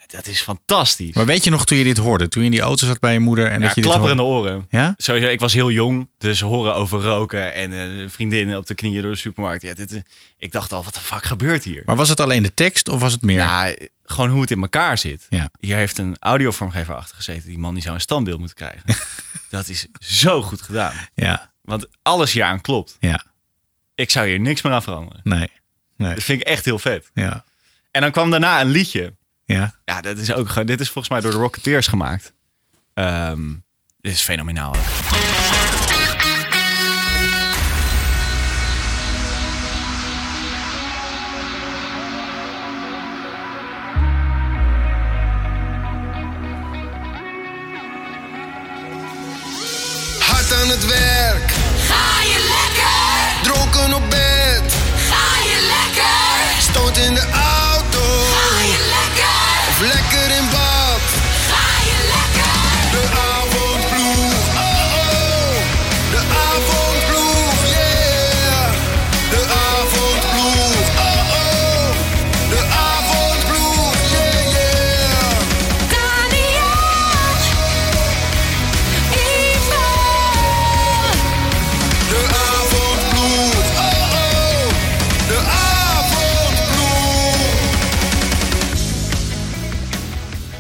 Speaker 4: Dat is fantastisch.
Speaker 3: Maar weet je nog toen je dit hoorde? Toen je in die auto zat bij je moeder en
Speaker 4: Ja,
Speaker 3: dat je dit
Speaker 4: klapperende
Speaker 3: hoorde?
Speaker 4: oren.
Speaker 3: Ja?
Speaker 4: Sowieso, ik was heel jong, dus horen over roken en eh, vriendinnen op de knieën door de supermarkt. Ja, dit, eh, ik dacht al, wat de fuck gebeurt hier?
Speaker 3: Maar was het alleen de tekst of was het meer?
Speaker 4: Ja, gewoon hoe het in elkaar zit.
Speaker 3: Ja.
Speaker 4: Hier heeft een audiovormgever achter gezeten. Die man die zou een standbeeld moeten krijgen. dat is zo goed gedaan.
Speaker 3: Ja.
Speaker 4: Want alles hier aan klopt.
Speaker 3: Ja.
Speaker 4: Ik zou hier niks meer aan veranderen.
Speaker 3: Nee. Nee.
Speaker 4: Dat vind ik echt heel vet.
Speaker 3: Ja.
Speaker 4: En dan kwam daarna een liedje.
Speaker 3: Ja.
Speaker 4: Ja, dat is ook gewoon. Dit is volgens mij door de Rocketeers gemaakt. Ehm, dit is fenomenaal.
Speaker 10: Hard aan het werk. Ga je lekker? Dronken op bed. Ga je lekker? Stoot in de auto. Ga je lekker? Of lekker in bad. Ga je lekker? De avondploeg. Oh oh. De avondploeg. Yeah. De avondploeg. Oh oh. De avondploeg. Yeah yeah. De avondbloed, oh oh, de avondbloed.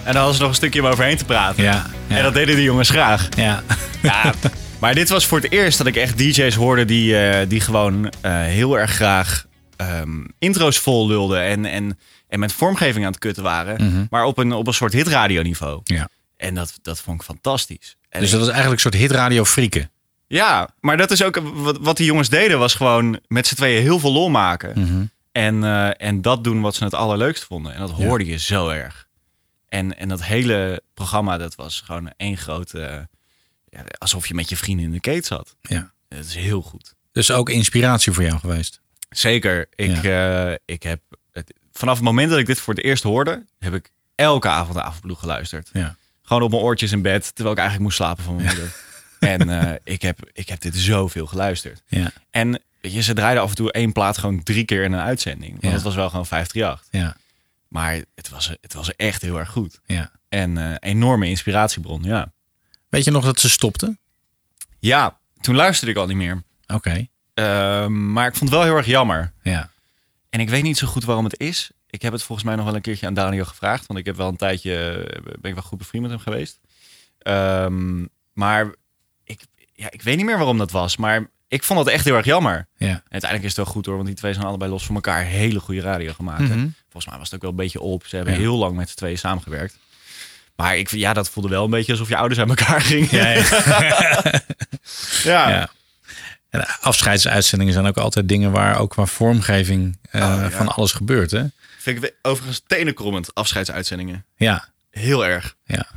Speaker 4: En dan hadden ze nog een stukje om overheen te praten.
Speaker 3: Ja,
Speaker 4: En dat deden die jongens graag.
Speaker 3: Ja.
Speaker 4: ja. Maar dit was voor het eerst dat ik echt DJ's hoorde die, eh, die gewoon eh, heel erg graag ehm, intro's vol lulden. En, en, en met vormgeving aan het kutten waren.
Speaker 3: Mhm.
Speaker 4: Maar op een, op een soort hitradioniveau.
Speaker 3: Ja.
Speaker 4: En dat, dat vond ik fantastisch. En
Speaker 3: Dus
Speaker 4: ik-
Speaker 3: dat was eigenlijk een soort hitradio frieken.
Speaker 4: Ja, maar dat is ook wat, wat die jongens deden. Was gewoon met z'n tweeën heel veel lol maken.
Speaker 3: Mhm.
Speaker 4: En, eh, en dat doen wat ze het allerleukst vonden. En dat
Speaker 3: Ja.
Speaker 4: hoorde je zo erg. En, en dat hele programma, dat was gewoon één grote... eh, ja, alsof je met je vrienden in de keet zat.
Speaker 3: Ja.
Speaker 4: Dat is heel goed.
Speaker 3: Dus ook inspiratie voor jou geweest.
Speaker 4: Zeker. Ik, eh, ik heb het- vanaf het moment dat ik dit voor het eerst hoorde, heb ik elke avond de avondploeg geluisterd.
Speaker 3: Ja.
Speaker 4: Gewoon op mijn oortjes in bed, terwijl ik eigenlijk moest slapen van mijn moeder. En eh, ik, heb, ik heb dit zoveel geluisterd.
Speaker 3: Ja.
Speaker 4: En weet je, ze draaiden af en toe één plaat gewoon drie keer in een uitzending. Want
Speaker 3: Ja.
Speaker 4: het was wel gewoon 538.
Speaker 3: Ja.
Speaker 4: Maar het was, het was echt heel erg goed.
Speaker 3: Ja.
Speaker 4: En eh, enorme inspiratiebron, ja.
Speaker 3: Weet je nog dat ze stopten?
Speaker 4: Ja, toen luisterde ik al niet meer.
Speaker 3: Oké.
Speaker 4: Ehm, maar ik vond het wel heel erg jammer.
Speaker 3: Ja.
Speaker 4: En ik weet niet zo goed waarom het is. Ik heb het volgens mij nog wel een keertje aan Daniel gevraagd. Want ik heb wel een tijdje, eh, ben ik wel goed bevriend met hem geweest. Ehm, maar ik, ja, ik weet niet meer waarom dat was. Maar ik vond dat echt heel erg jammer. En
Speaker 3: Ja.
Speaker 4: uiteindelijk is het wel goed hoor. Want die twee zijn allebei los van elkaar hele goede radio gemaakt.
Speaker 3: Mhm.
Speaker 4: Volgens mij was het ook wel een beetje op. Ze hebben
Speaker 3: Ja.
Speaker 4: heel lang met z'n tweeën samengewerkt. Maar ik, ja, dat voelde wel een beetje alsof je ouders uit elkaar gingen.
Speaker 3: Ja, ja.
Speaker 4: Ja.
Speaker 3: En afscheidsuitzendingen zijn ook altijd dingen waar ook qua vormgeving eh,
Speaker 4: Oh, ja.
Speaker 3: van alles gebeurt. Hè?
Speaker 4: Vind ik we- overigens tenenkrommend, afscheidsuitzendingen.
Speaker 3: Ja.
Speaker 4: Heel erg.
Speaker 3: Ja.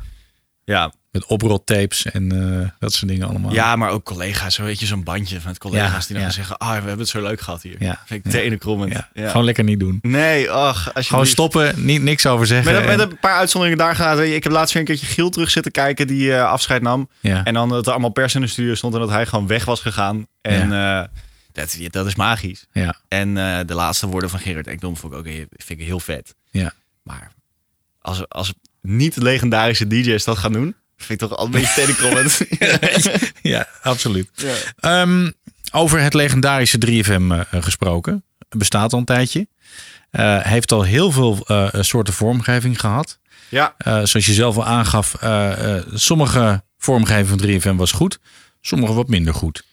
Speaker 4: Ja.
Speaker 3: Met oproltapes en eh, dat soort dingen allemaal.
Speaker 4: Ja, maar ook collega's. Zo weet je, zo'n bandje van collega's
Speaker 3: Ja,
Speaker 4: die dan
Speaker 3: ja.
Speaker 4: zeggen... Ah, we hebben het zo leuk gehad hier.
Speaker 3: Ja,
Speaker 4: Vind
Speaker 3: ja.
Speaker 4: ik tenenkrommend.
Speaker 3: Ja.
Speaker 4: Ja.
Speaker 3: Gewoon lekker niet doen.
Speaker 4: Nee, ach. Als je
Speaker 3: Gewoon stoppen, niet, niks over zeggen.
Speaker 4: Met, een- met
Speaker 3: en-
Speaker 4: een paar uitzonderingen daar gaat. Ik heb laatst weer een keertje Giel terug zitten kijken die eh, afscheid nam.
Speaker 3: Ja.
Speaker 4: En dan dat er allemaal pers in de studio stond en dat hij gewoon weg was gegaan. En eh, dat, dat is magisch.
Speaker 3: Ja.
Speaker 4: En eh, de laatste woorden van Gerard Ekdom vond ik ook heel- vind ik heel vet.
Speaker 3: Ja.
Speaker 4: Maar als, als niet-legendarische DJ's dat gaan doen, vind ik toch al een beetje tenenkrommend.
Speaker 3: ja, absoluut. Ehm, over het legendarische 3FM eh, gesproken. Bestaat al een tijdje. Eh, heeft al heel veel eh, soorten vormgeving gehad.
Speaker 4: Ja.
Speaker 3: Eh, zoals je zelf al aangaf, eh, eh, sommige vormgeving van 3FM was goed. Sommige wat minder goed.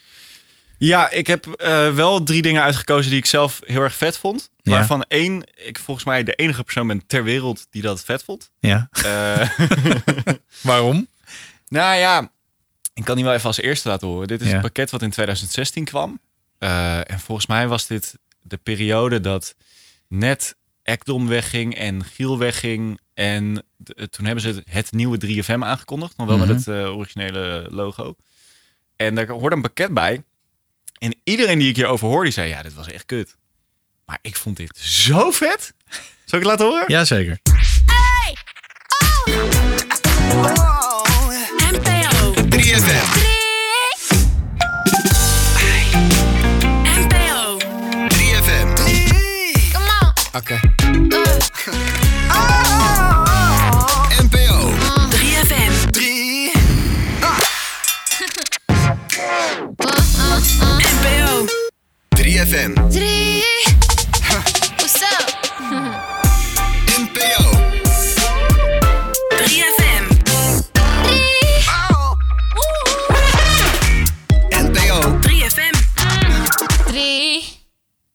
Speaker 4: Ja, ik heb eh, wel drie dingen uitgekozen die ik zelf heel erg vet vond.
Speaker 3: Ja.
Speaker 4: Waarvan één, ik volgens mij de enige persoon ben ter wereld die dat vet vond.
Speaker 3: Ja.
Speaker 4: Eh.
Speaker 3: Waarom?
Speaker 4: Nou ja, ik kan die wel even als eerste laten horen. Dit is
Speaker 3: Ja.
Speaker 4: een pakket wat in 2016 kwam. Eh, en volgens mij was dit de periode dat net Ekdom wegging en Giel wegging. En de- eh, toen hebben ze het, het nieuwe 3FM aangekondigd. Dan wel
Speaker 3: Mhm.
Speaker 4: met het eh, originele logo. En daar hoorde een pakket bij. En iedereen die ik hierover hoorde, die zei... Ja, dit was echt kut. Maar ik vond dit zo vet. Zal ik het laten horen?
Speaker 3: Jazeker.
Speaker 7: MPO.
Speaker 10: 3FM.
Speaker 7: MPO.
Speaker 10: 3FM.
Speaker 7: Come on.
Speaker 10: Oké. Ah.
Speaker 7: NPO. 3FM. 3. NPO.
Speaker 10: 3FM.
Speaker 7: 3. What's up? NPO. 3FM. 3FM. 3.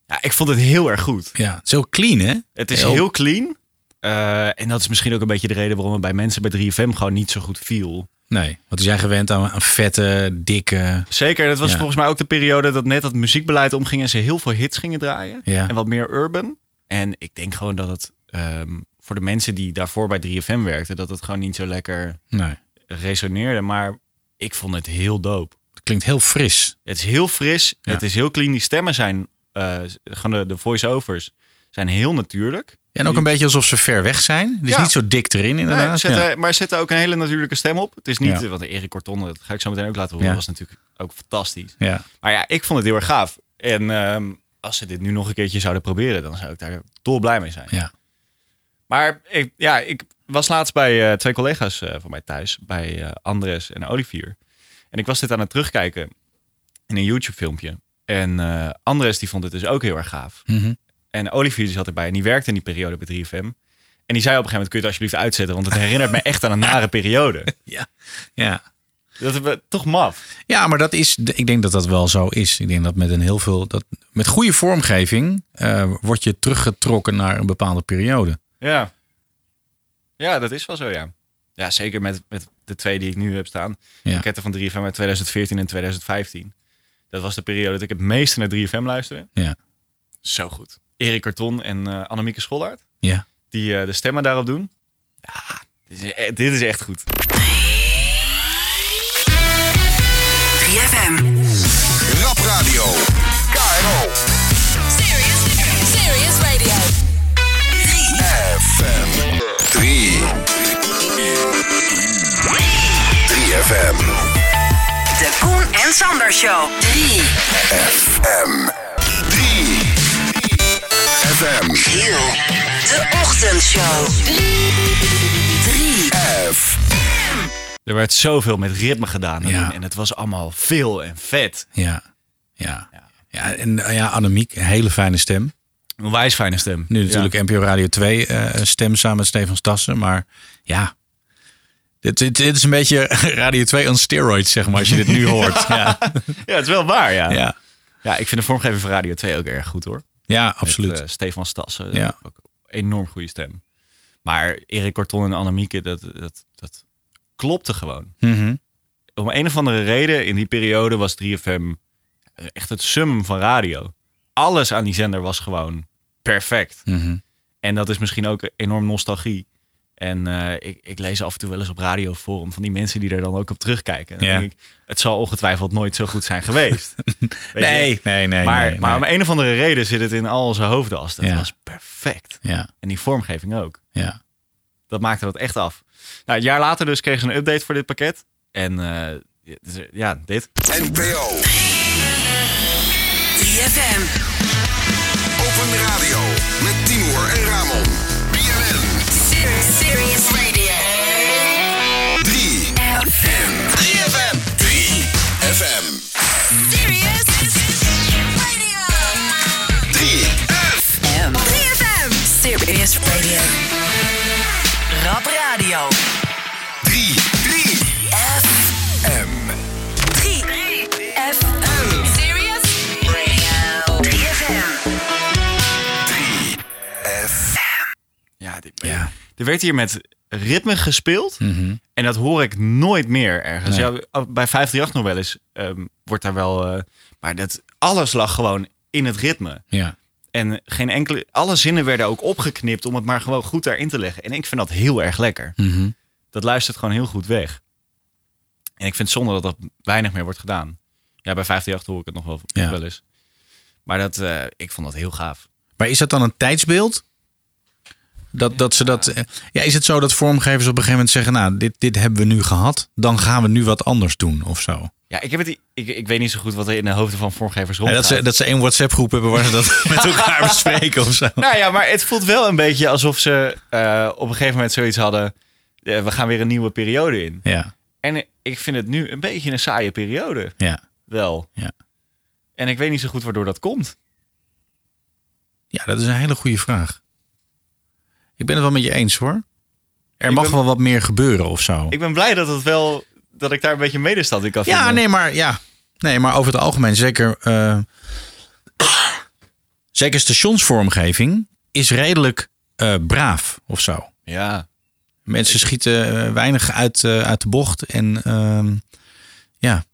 Speaker 4: Ja, ik vond het heel erg goed.
Speaker 3: Ja, het is heel clean, hè?
Speaker 4: Het is heel, clean. Eh, en dat is misschien ook een beetje de reden waarom het bij mensen bij 3FM gewoon niet zo goed viel.
Speaker 3: Nee, want is jij gewend aan, aan vette, dikke...
Speaker 4: Zeker, dat was
Speaker 3: Ja.
Speaker 4: volgens mij ook de periode dat net dat muziekbeleid omging en ze heel veel hits gingen draaien.
Speaker 3: Ja.
Speaker 4: En wat meer urban. En ik denk gewoon dat het ehm, voor de mensen die daarvoor bij 3FM werkten, dat het gewoon niet zo lekker
Speaker 3: Nee.
Speaker 4: resoneerde. Maar ik vond het heel dope.
Speaker 3: Het klinkt heel fris.
Speaker 4: Het is heel fris,
Speaker 3: Ja.
Speaker 4: het is heel clean. Die stemmen zijn, eh, gewoon de, de voice-overs, zijn heel natuurlijk.
Speaker 3: En ook een beetje alsof ze ver weg zijn. Het is
Speaker 4: Ja.
Speaker 3: niet zo dik erin,
Speaker 4: Nee,
Speaker 3: inderdaad.
Speaker 4: zet
Speaker 3: Ja.
Speaker 4: er- maar zet er ook een hele natuurlijke stem op. Het is niet,
Speaker 3: Ja.
Speaker 4: want Erik Corton, dat ga ik zo meteen ook laten horen,
Speaker 3: Ja.
Speaker 4: was natuurlijk ook fantastisch.
Speaker 3: Ja.
Speaker 4: Maar ja, ik vond het heel erg gaaf. En ehm, als ze dit nu nog een keertje zouden proberen, dan zou ik daar dol blij mee zijn.
Speaker 3: Ja.
Speaker 4: Maar ik, ja, ik was laatst bij eh, twee collega's eh, van mij thuis, bij eh, Andres en Olivier. En ik was dit aan het terugkijken in een YouTube-filmpje. En eh, Andres die vond het dus ook heel erg gaaf.
Speaker 3: Mhm.
Speaker 4: En Olivier die zat erbij en die werkte in die periode bij 3FM. En die zei op een gegeven moment, kun je het alsjeblieft uitzetten? Want het herinnert me echt aan een nare periode.
Speaker 3: Ja. ja.
Speaker 4: Dat we toch maf.
Speaker 3: Ja, maar dat is, ik denk dat dat wel zo is. Ik denk dat met een heel veel, dat, met goede vormgeving eh, word je teruggetrokken naar een bepaalde periode.
Speaker 4: Ja. Ja, dat is wel zo, ja. Ja, zeker met, met de twee die ik nu heb staan.
Speaker 3: Ja.
Speaker 4: Pakketten van 3FM uit 2014 en 2015. Dat was de periode dat ik het meeste naar 3FM luisterde.
Speaker 3: Ja.
Speaker 4: Zo goed. Erik Carton en eh Annemieke Schollaert.
Speaker 3: Ja.
Speaker 4: Die eh, de stemmen daarop doen. Ja, dit is, e- dit is echt goed.
Speaker 7: 3FM.
Speaker 10: Rap Radio. KRO.
Speaker 7: Serious. Serious Radio.
Speaker 10: 3FM. 3. 3FM.
Speaker 6: De Koen en Sander Show. 3.
Speaker 10: FM. 3. FM.
Speaker 6: De Ochtendshow. 3.
Speaker 4: Er werd zoveel met ritme gedaan. En,
Speaker 3: Ja.
Speaker 4: en het was allemaal veel en vet.
Speaker 3: Ja. Ja. Ja, en eh, ja, Annemiek, een hele fijne stem.
Speaker 4: Een wijs fijne stem.
Speaker 3: Nu natuurlijk NPO Radio 2 eh, stem samen met Stefan Stassen. Maar ja, dit, dit, dit is een beetje Radio 2 on steroids, zeg maar, als je dit nu hoort. Ja,
Speaker 4: Ja, het is wel waar, ja.
Speaker 3: ja.
Speaker 4: Ja, ik vind de vormgeving van Radio 2 ook erg goed hoor.
Speaker 3: ja
Speaker 4: Met,
Speaker 3: absoluut.
Speaker 4: eh, Stefan Stassen,
Speaker 3: Ja.
Speaker 4: ook een enorm goede stem. Maar Erik Corton en Annemieke, dat, dat, dat klopte gewoon.
Speaker 3: Mhm.
Speaker 4: Om een of andere reden, in die periode was 3FM echt het sum van radio. Alles aan die zender was gewoon perfect.
Speaker 3: Mhm.
Speaker 4: En dat is misschien ook enorm nostalgie. En eh, ik, ik lees af en toe wel eens op radioforum van die mensen die er dan ook op terugkijken. Dan
Speaker 3: Ja.
Speaker 4: denk ik, het zal ongetwijfeld nooit zo goed zijn geweest. Weet je?
Speaker 3: Nee, nee, nee.
Speaker 4: maar,
Speaker 3: nee,
Speaker 4: maar om
Speaker 3: nee.
Speaker 4: een of andere reden zit het in al zijn hoofden als dat
Speaker 3: Ja.
Speaker 4: was perfect.
Speaker 3: Ja,
Speaker 4: En die vormgeving ook.
Speaker 3: ja.
Speaker 4: Dat maakte dat echt af. Nou, een jaar later dus kregen ze een update voor dit pakket. En eh, ja, dus, ja, dit.
Speaker 10: NPO.
Speaker 6: 3FM.
Speaker 10: Open Radio. Met Timur en Ramon. BNN.
Speaker 6: Serious Radio.
Speaker 10: 3. 3FM. 3FM.
Speaker 7: Serious.
Speaker 10: 3F.
Speaker 6: M. 3FM. Serious Radio. Rap Radio.
Speaker 10: 3. 3.
Speaker 6: F.
Speaker 10: M.
Speaker 6: 3. FM. Serious
Speaker 4: Er werd hier met ritme gespeeld. En dat hoor ik nooit meer ergens.
Speaker 3: Mhm. Nee.
Speaker 4: Ja, bij 538 nog wel eens ehm, wordt daar wel... eh, maar dat, alles lag gewoon in het ritme.
Speaker 3: Ja.
Speaker 4: En geen enkele, alle zinnen werden ook opgeknipt om het maar gewoon goed daarin te leggen. En ik vind dat heel erg lekker.
Speaker 3: Mhm.
Speaker 4: Dat luistert gewoon heel goed weg. En ik vind het zonde dat dat weinig meer wordt gedaan. Ja, bij 538 hoor ik het nog wel, nog
Speaker 3: Ja.
Speaker 4: wel eens. Maar dat, eh, ik vond dat heel gaaf.
Speaker 3: Maar is dat dan een tijdsbeeld? Dat, dat ze dat, eh, ja, is het zo dat vormgevers op een gegeven moment zeggen: Nou, dit, dit hebben we nu gehad, dan gaan we nu wat anders doen of zo?
Speaker 4: Ja, ik, heb het, ik, ik weet niet zo goed wat er in de hoofden van vormgevers
Speaker 3: Ja,
Speaker 4: rondgaat.
Speaker 3: dat, ze, dat ze één WhatsApp-groep hebben waar ze dat met elkaar bespreken of zo.
Speaker 4: Nou ja, maar het voelt wel een beetje alsof ze eh, op een gegeven moment zoiets hadden. eh, we gaan weer een nieuwe periode in.
Speaker 3: Ja,
Speaker 4: En eh, ik vind het nu een beetje een saaie periode.
Speaker 3: ja.
Speaker 4: Wel.
Speaker 3: Ja.
Speaker 4: En ik weet niet zo goed waardoor dat komt.
Speaker 3: ja, dat is een hele goede vraag. Ik ben het wel met je eens hoor. Er mag wel wat meer gebeuren of zo.
Speaker 4: Ik ben blij dat het wel dat ik daar een beetje medestand in kan
Speaker 3: Ja,
Speaker 4: vinden.
Speaker 3: nee, maar ja. Nee, maar over het algemeen, zeker, eh, zeker stationsvormgeving is redelijk eh, braaf of zo.
Speaker 4: Ja.
Speaker 3: Mensen schieten eh, weinig uit, eh, uit de bocht. En ehm, ja,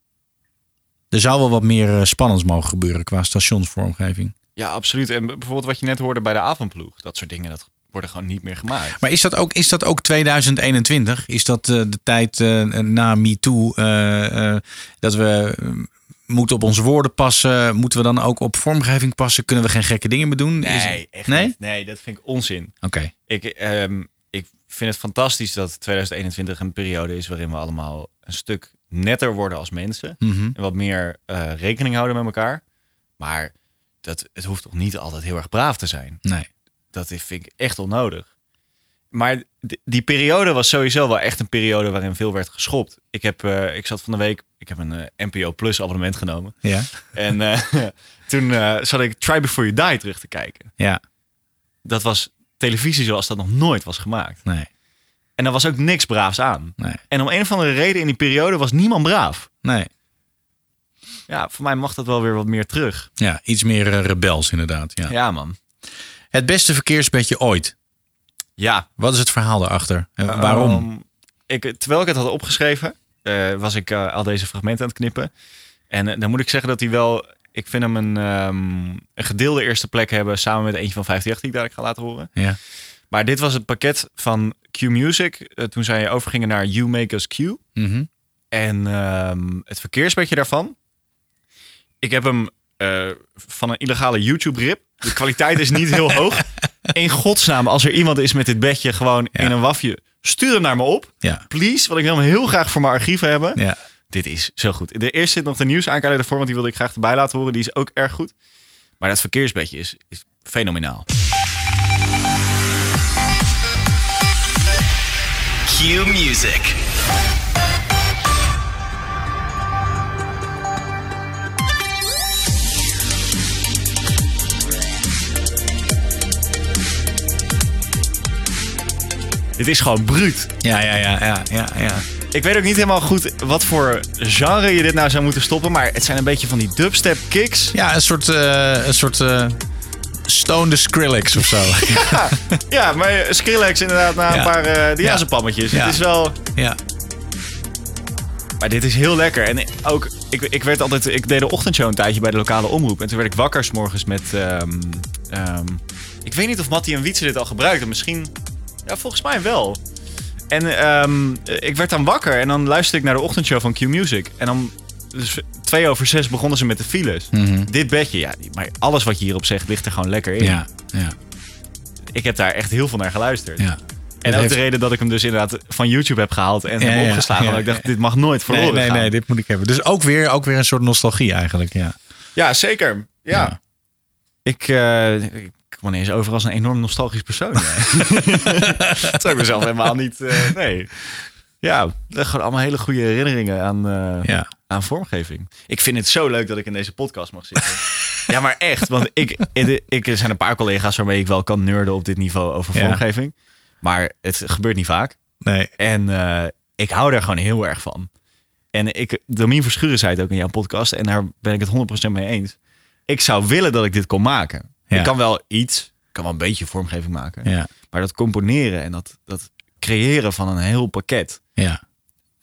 Speaker 3: er zou wel wat meer eh, spannends mogen gebeuren qua stationsvormgeving.
Speaker 4: Ja, absoluut. En bijvoorbeeld wat je net hoorde bij de avondploeg. Dat soort dingen, dat worden gewoon niet meer gemaakt.
Speaker 3: Maar is dat ook, is dat ook 2021? Is dat eh, de tijd eh, na MeToo eh, eh, dat we eh, moeten op onze woorden passen? Moeten we dan ook op vormgeving passen? Kunnen we geen gekke dingen meer doen? Is-
Speaker 4: Nee, echt
Speaker 3: nee?
Speaker 4: niet. Nee, dat vind ik onzin.
Speaker 3: Oké.
Speaker 4: Ik, ehm, ik vind het fantastisch dat 2021 een periode is waarin we allemaal een stuk netter worden als mensen.
Speaker 3: Mhm.
Speaker 4: En wat meer eh, rekening houden met elkaar. Maar dat, het hoeft toch niet altijd heel erg braaf te zijn.
Speaker 3: Nee.
Speaker 4: Dat vind ik echt onnodig. Maar d- die periode was sowieso wel echt een periode waarin veel werd geschopt. Ik, heb, eh, ik zat van de week, ik heb een eh, NPO Plus abonnement genomen.
Speaker 3: Ja.
Speaker 4: En eh, toen eh, zat ik Try Before You Die terug te kijken.
Speaker 3: Ja.
Speaker 4: Dat was televisie zoals dat nog nooit was gemaakt.
Speaker 3: Nee.
Speaker 4: En daar was ook niks braafs aan.
Speaker 3: Nee.
Speaker 4: En om een of andere reden in die periode was niemand braaf.
Speaker 3: Nee.
Speaker 4: Ja, voor mij mag dat wel weer wat meer terug.
Speaker 3: Ja, iets meer eh, rebels inderdaad. Ja.
Speaker 4: Ja, man.
Speaker 3: Het beste verkeersbedje ooit.
Speaker 4: Ja.
Speaker 3: Wat is het verhaal daarachter? En waarom?
Speaker 4: Ehm, ik, terwijl ik het had opgeschreven, eh, was ik eh, al deze fragmenten aan het knippen. En eh, dan moet ik zeggen dat hij wel... Ik vind hem een, ehm, een gedeelde eerste plek hebben... samen met eentje van 58 die ik dadelijk ga laten horen.
Speaker 3: Ja.
Speaker 4: Maar dit was het pakket van Q-Music. eh, toen zij overgingen naar You Make Us Q.
Speaker 3: Mhm.
Speaker 4: En ehm, het verkeersbedje daarvan. Ik heb hem eh, van een illegale YouTube-rip. De kwaliteit is niet heel hoog. In godsnaam, als er iemand is met dit bedje gewoon in een wafje, stuur hem naar me op.
Speaker 3: Ja.
Speaker 4: Please, want ik wil hem heel graag voor mijn archief hebben.
Speaker 3: Ja.
Speaker 4: Dit is zo goed. De eerste zit nog de nieuwsaankaarder ervoor, want die wilde ik graag erbij laten horen. Die is ook erg goed. Maar dat verkeersbedje is, is fenomenaal.
Speaker 13: Q Music.
Speaker 4: Dit is gewoon bruut.
Speaker 3: Ja, ja, ja, ja, ja, ja.
Speaker 4: Ik weet ook niet helemaal goed wat voor genre je dit nou zou moeten stoppen. Maar het zijn een beetje van die dubstep kicks.
Speaker 3: Ja, een soort, eh een soort eh stoned Skrillex of zo.
Speaker 4: Ja, ja, maar Skrillex inderdaad na een
Speaker 3: Ja.
Speaker 4: paar eh diazepammetjes.
Speaker 3: Ja.
Speaker 4: Het is wel...
Speaker 3: Ja.
Speaker 4: Maar dit is heel lekker. En ook, ik, ik werd altijd... Ik deed de ochtendshow een tijdje bij de lokale omroep. En toen werd ik wakker 's morgens met... ehm, ehm, ik weet niet of Mattie en Wietse dit al gebruikten. Misschien... Ja, volgens mij wel. En ehm, ik werd dan wakker. En dan luisterde ik naar de ochtendshow van Q-Music. En dan... Dus twee over zes begonnen ze met de files.
Speaker 3: Mhm.
Speaker 4: Dit bedje, ja. Maar alles wat je hierop zegt ligt er gewoon lekker in.
Speaker 3: Ja, ja.
Speaker 4: Ik heb daar echt heel veel naar geluisterd.
Speaker 3: Ja.
Speaker 4: En ook
Speaker 3: heeft-
Speaker 4: de reden dat ik hem dus inderdaad van YouTube heb gehaald en
Speaker 3: Ja,
Speaker 4: hem
Speaker 3: ja,
Speaker 4: opgeslagen.
Speaker 3: ja,
Speaker 4: want ik dacht,
Speaker 3: ja.
Speaker 4: dit mag nooit
Speaker 3: Nee,
Speaker 4: verloren
Speaker 3: nee,
Speaker 4: gaan.
Speaker 3: nee, dit moet ik hebben. Dus ook weer, ook weer een soort nostalgie eigenlijk. Ja.
Speaker 4: Ja, zeker. Ja. Ik, eh, ik kom ineens over als een enorm nostalgisch persoon. ja. dat zou ik mezelf helemaal niet... eh, nee. Ja, dat gewoon allemaal hele goede herinneringen aan, eh,
Speaker 3: Ja.
Speaker 4: aan vormgeving. Ik vind het zo leuk dat ik in deze podcast mag zitten. ja, maar echt. Want ik, ik, ik- er zijn een paar collega's waarmee ik wel kan nerden op dit niveau over
Speaker 3: Ja.
Speaker 4: vormgeving. Maar het gebeurt niet vaak.
Speaker 3: Nee.
Speaker 4: En eh, ik hou daar gewoon heel erg van. En ik, Domien Verschuren zei het ook in jouw podcast. En daar ben ik het 100% mee eens. Ik zou willen dat ik dit kon maken.
Speaker 3: Ja.
Speaker 4: Ik kan wel iets. Ik kan wel een beetje vormgeving maken.
Speaker 3: Ja.
Speaker 4: Maar dat componeren en dat, dat creëren van een heel pakket.
Speaker 3: Ja.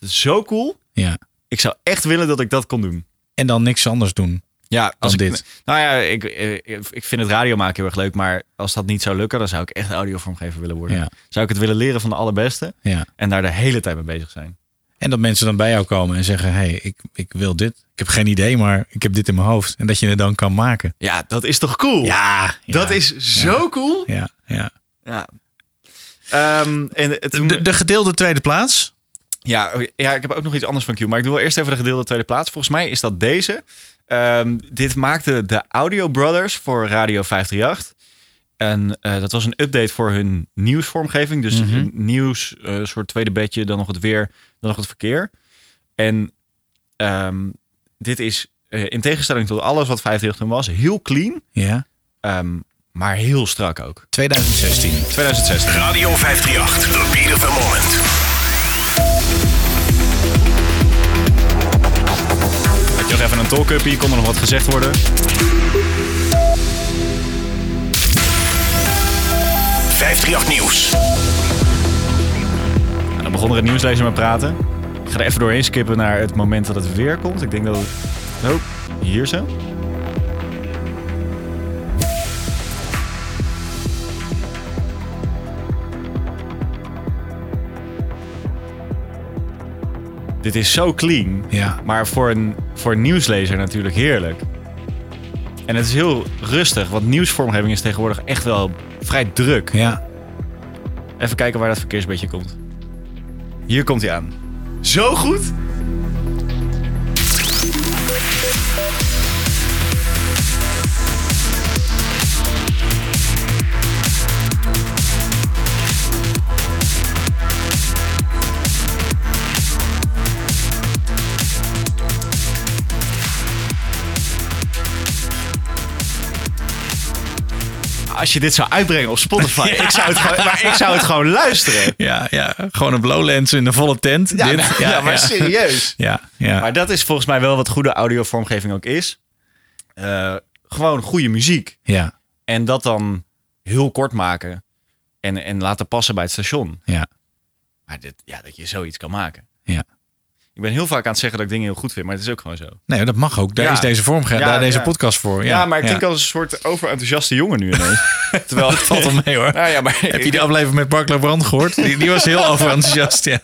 Speaker 4: Dat is zo cool.
Speaker 3: Ja.
Speaker 4: Ik zou echt willen dat ik dat kon doen.
Speaker 3: En dan niks anders doen.
Speaker 4: Ja,
Speaker 3: Als
Speaker 4: als ik,
Speaker 3: dit.
Speaker 4: Nou ja, ik, eh, ik vind het radio maken heel erg leuk. Maar als dat niet zou lukken, dan zou ik echt audiovormgever willen worden.
Speaker 3: Ja.
Speaker 4: Zou ik het willen leren van de allerbeste.
Speaker 3: Ja.
Speaker 4: En daar de hele tijd mee bezig zijn.
Speaker 3: En dat mensen dan bij jou komen en zeggen: hey, ik, ik wil dit. Ik heb geen idee, maar ik heb dit in mijn hoofd. En dat je het dan kan maken.
Speaker 4: Ja, dat is toch cool?
Speaker 3: Ja.
Speaker 4: Dat is zo cool.
Speaker 3: Ja, ja.
Speaker 4: Ja. Ehm, en het,
Speaker 3: De, de gedeelde tweede plaats.
Speaker 4: ja, oké. ja, ik heb ook nog iets anders van Q. Maar ik doe wel eerst even de gedeelde tweede plaats. Volgens mij is dat deze. Ehm, dit maakten de Audio Brothers voor Radio 538. En eh, dat was een update voor hun nieuwsvormgeving. Dus
Speaker 3: Mhm.
Speaker 4: een nieuws, eh, soort tweede bedje, dan nog het weer, dan nog het verkeer. En ehm, dit is, eh, in tegenstelling tot alles wat 538 toen was, heel clean.
Speaker 3: Ja.
Speaker 4: Ehm, maar heel strak ook.
Speaker 3: 2016.
Speaker 4: 2016.
Speaker 11: Radio 538, The Beat of the Moment.
Speaker 4: Had je nog even een talk-upie, kon er nog wat gezegd worden.
Speaker 11: Nieuws.
Speaker 4: En dan begon er het nieuwslezer met praten. Ik ga er even doorheen skippen naar het moment dat het weer komt. Ik denk dat het... Oh, hier zo. Dit is zo clean.
Speaker 3: Ja.
Speaker 4: Maar voor een, voor een nieuwslezer natuurlijk heerlijk. En het is heel rustig, want nieuwsvormgeving is tegenwoordig echt wel vrij druk.
Speaker 3: Ja.
Speaker 4: Even kijken waar dat verkeersbeetje komt. Hier komt hij aan. Zo goed! Als je dit zou uitbrengen op Spotify, ik, zou het gewoon, maar ik zou het gewoon luisteren.
Speaker 3: Ja, ja. Gewoon een Lowlands in de volle tent.
Speaker 4: Ja,
Speaker 3: dit.
Speaker 4: nou, ja, maar serieus.
Speaker 3: Ja, ja.
Speaker 4: Maar dat is volgens mij wel wat goede audiovormgeving ook is. Eh, gewoon goede muziek.
Speaker 3: Ja.
Speaker 4: En dat dan heel kort maken. En, en laten passen bij het station.
Speaker 3: Ja.
Speaker 4: Maar dit, ja, dat je zoiets kan maken.
Speaker 3: Ja.
Speaker 4: Ik ben heel vaak aan het zeggen dat ik dingen heel goed vind. Maar het is ook gewoon zo.
Speaker 3: Nee, dat mag ook. Daar
Speaker 4: Ja.
Speaker 3: is deze vorm,
Speaker 4: Ja,
Speaker 3: daar deze
Speaker 4: ja.
Speaker 3: podcast voor. Ja,
Speaker 4: Ja, maar ik klink als een soort overenthousiaste jongen nu ineens. Terwijl
Speaker 3: Dat valt wel mee hoor.
Speaker 4: Nou ja, maar
Speaker 3: Heb je die aflevering met Barclay Brand gehoord? Die, die was heel overenthousiast, ja.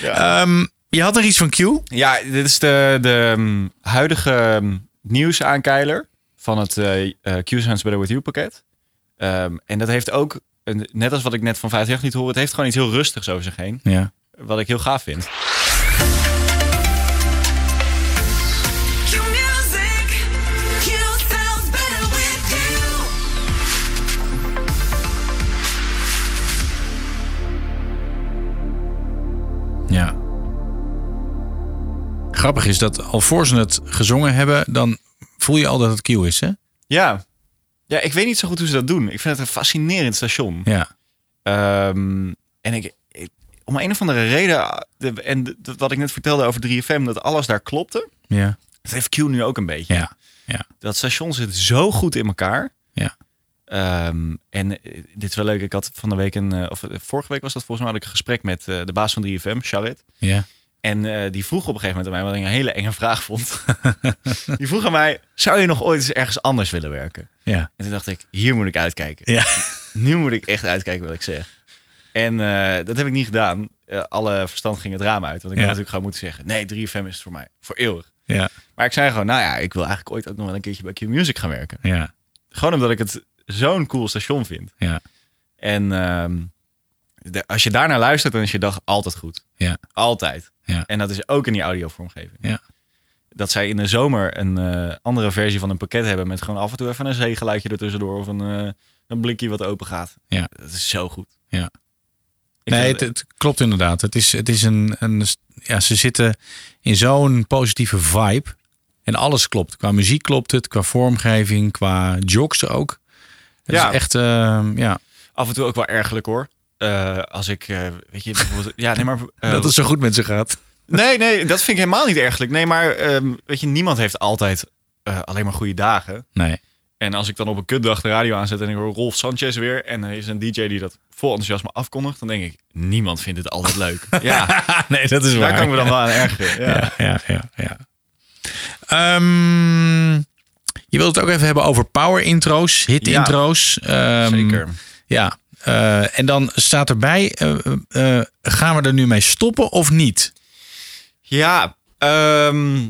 Speaker 3: Ehm, je had nog iets van Q?
Speaker 4: Ja, dit is de, de mm, huidige mm, nieuwsaankeiler van het eh eh, Q Sounds Better With You pakket. Ehm, en dat heeft ook, een, net als wat ik net van 50 niet hoor, het heeft gewoon iets heel rustigs over zich heen.
Speaker 3: Ja.
Speaker 4: Wat ik heel gaaf vind.
Speaker 3: Ja. Grappig is dat al voor ze het gezongen hebben, dan voel je al dat het Q is, hè?
Speaker 4: Ja. ja, ik weet niet zo goed hoe ze dat doen. Ik vind het een fascinerend station.
Speaker 3: Ja.
Speaker 4: Ehm, en ik, ik- om een of andere reden, de- en de- de- wat ik net vertelde over 3FM, dat alles daar klopte.
Speaker 3: Ja.
Speaker 4: Dat heeft Q nu ook een beetje.
Speaker 3: Ja. Ja.
Speaker 4: Dat station zit zo goed in elkaar.
Speaker 3: Ja.
Speaker 4: Ehm, en eh, dit is wel leuk. Ik had van de week een, eh, of eh, vorige week was dat volgens mij, had ik een gesprek met eh, de baas van 3FM, Charit.
Speaker 3: Ja.
Speaker 4: En eh, die vroeg op een gegeven moment aan mij, wat ik een hele enge vraag vond. die vroeg aan mij, zou je nog ooit eens ergens anders willen werken?
Speaker 3: Ja.
Speaker 4: En toen dacht ik, hier moet ik uitkijken.
Speaker 3: Ja.
Speaker 4: Nu moet ik echt uitkijken wat ik zeg. En eh, dat heb ik niet gedaan. Eh, alle verstand ging het raam uit. Want ik
Speaker 3: Ja.
Speaker 4: had natuurlijk gewoon moeten zeggen, nee, 3FM is voor mij voor eeuwig.
Speaker 3: Ja.
Speaker 4: Maar ik zei gewoon, nou ja, ik wil eigenlijk ooit ook nog wel een keertje bij Q-Music gaan werken.
Speaker 3: Ja.
Speaker 4: Gewoon omdat ik het zo'n cool station vind.
Speaker 3: Ja.
Speaker 4: En ehm, de- als je daarnaar luistert, dan is je dag altijd goed.
Speaker 3: Ja.
Speaker 4: Altijd.
Speaker 3: Ja.
Speaker 4: En dat is ook in die audiovormgeving.
Speaker 3: Ja.
Speaker 4: Dat zij in de zomer een eh, andere versie van een pakket hebben met gewoon af en toe even een zeegeluidje ertussendoor of een, eh, een blikje wat open gaat.
Speaker 3: Ja.
Speaker 4: Dat is zo goed.
Speaker 3: Ja.
Speaker 4: Ik
Speaker 3: nee, het,
Speaker 4: vind-
Speaker 3: het klopt inderdaad. Het is, het is een, een. Ja, ze zitten in zo'n positieve vibe. En alles klopt. Qua muziek klopt het, qua vormgeving, qua jokes ook. Het
Speaker 4: Ja.
Speaker 3: is echt. ehm, ja.
Speaker 4: Af en toe ook wel ergelijk hoor. Eh, als ik, eh, weet je, bijvoorbeeld, ja, nee, maar. eh,
Speaker 3: dat het zo goed met ze gaat.
Speaker 4: Nee, nee, dat vind ik helemaal niet ergelijk. Nee, maar ehm, weet je, niemand heeft altijd eh, alleen maar goede dagen.
Speaker 3: Nee.
Speaker 4: En als ik dan op een kutdag de radio aanzet en ik hoor Rolf Sanchez weer... en er is een DJ die dat vol enthousiasme afkondigt... dan denk ik, niemand vindt het altijd leuk. Ja,
Speaker 3: nee, dat is
Speaker 4: Daar
Speaker 3: waar.
Speaker 4: kan ik me dan wel aan ergeren. Ja.
Speaker 3: Ja, ja, ja. ja. Ehm, je wilt het ook even hebben over power intro's, hit
Speaker 4: Ja,
Speaker 3: intro's.
Speaker 4: Ehm,
Speaker 3: Zeker. Ja. eh, en dan staat erbij, eh, eh, eh, gaan we er nu mee stoppen of niet?
Speaker 4: Ja, ehm,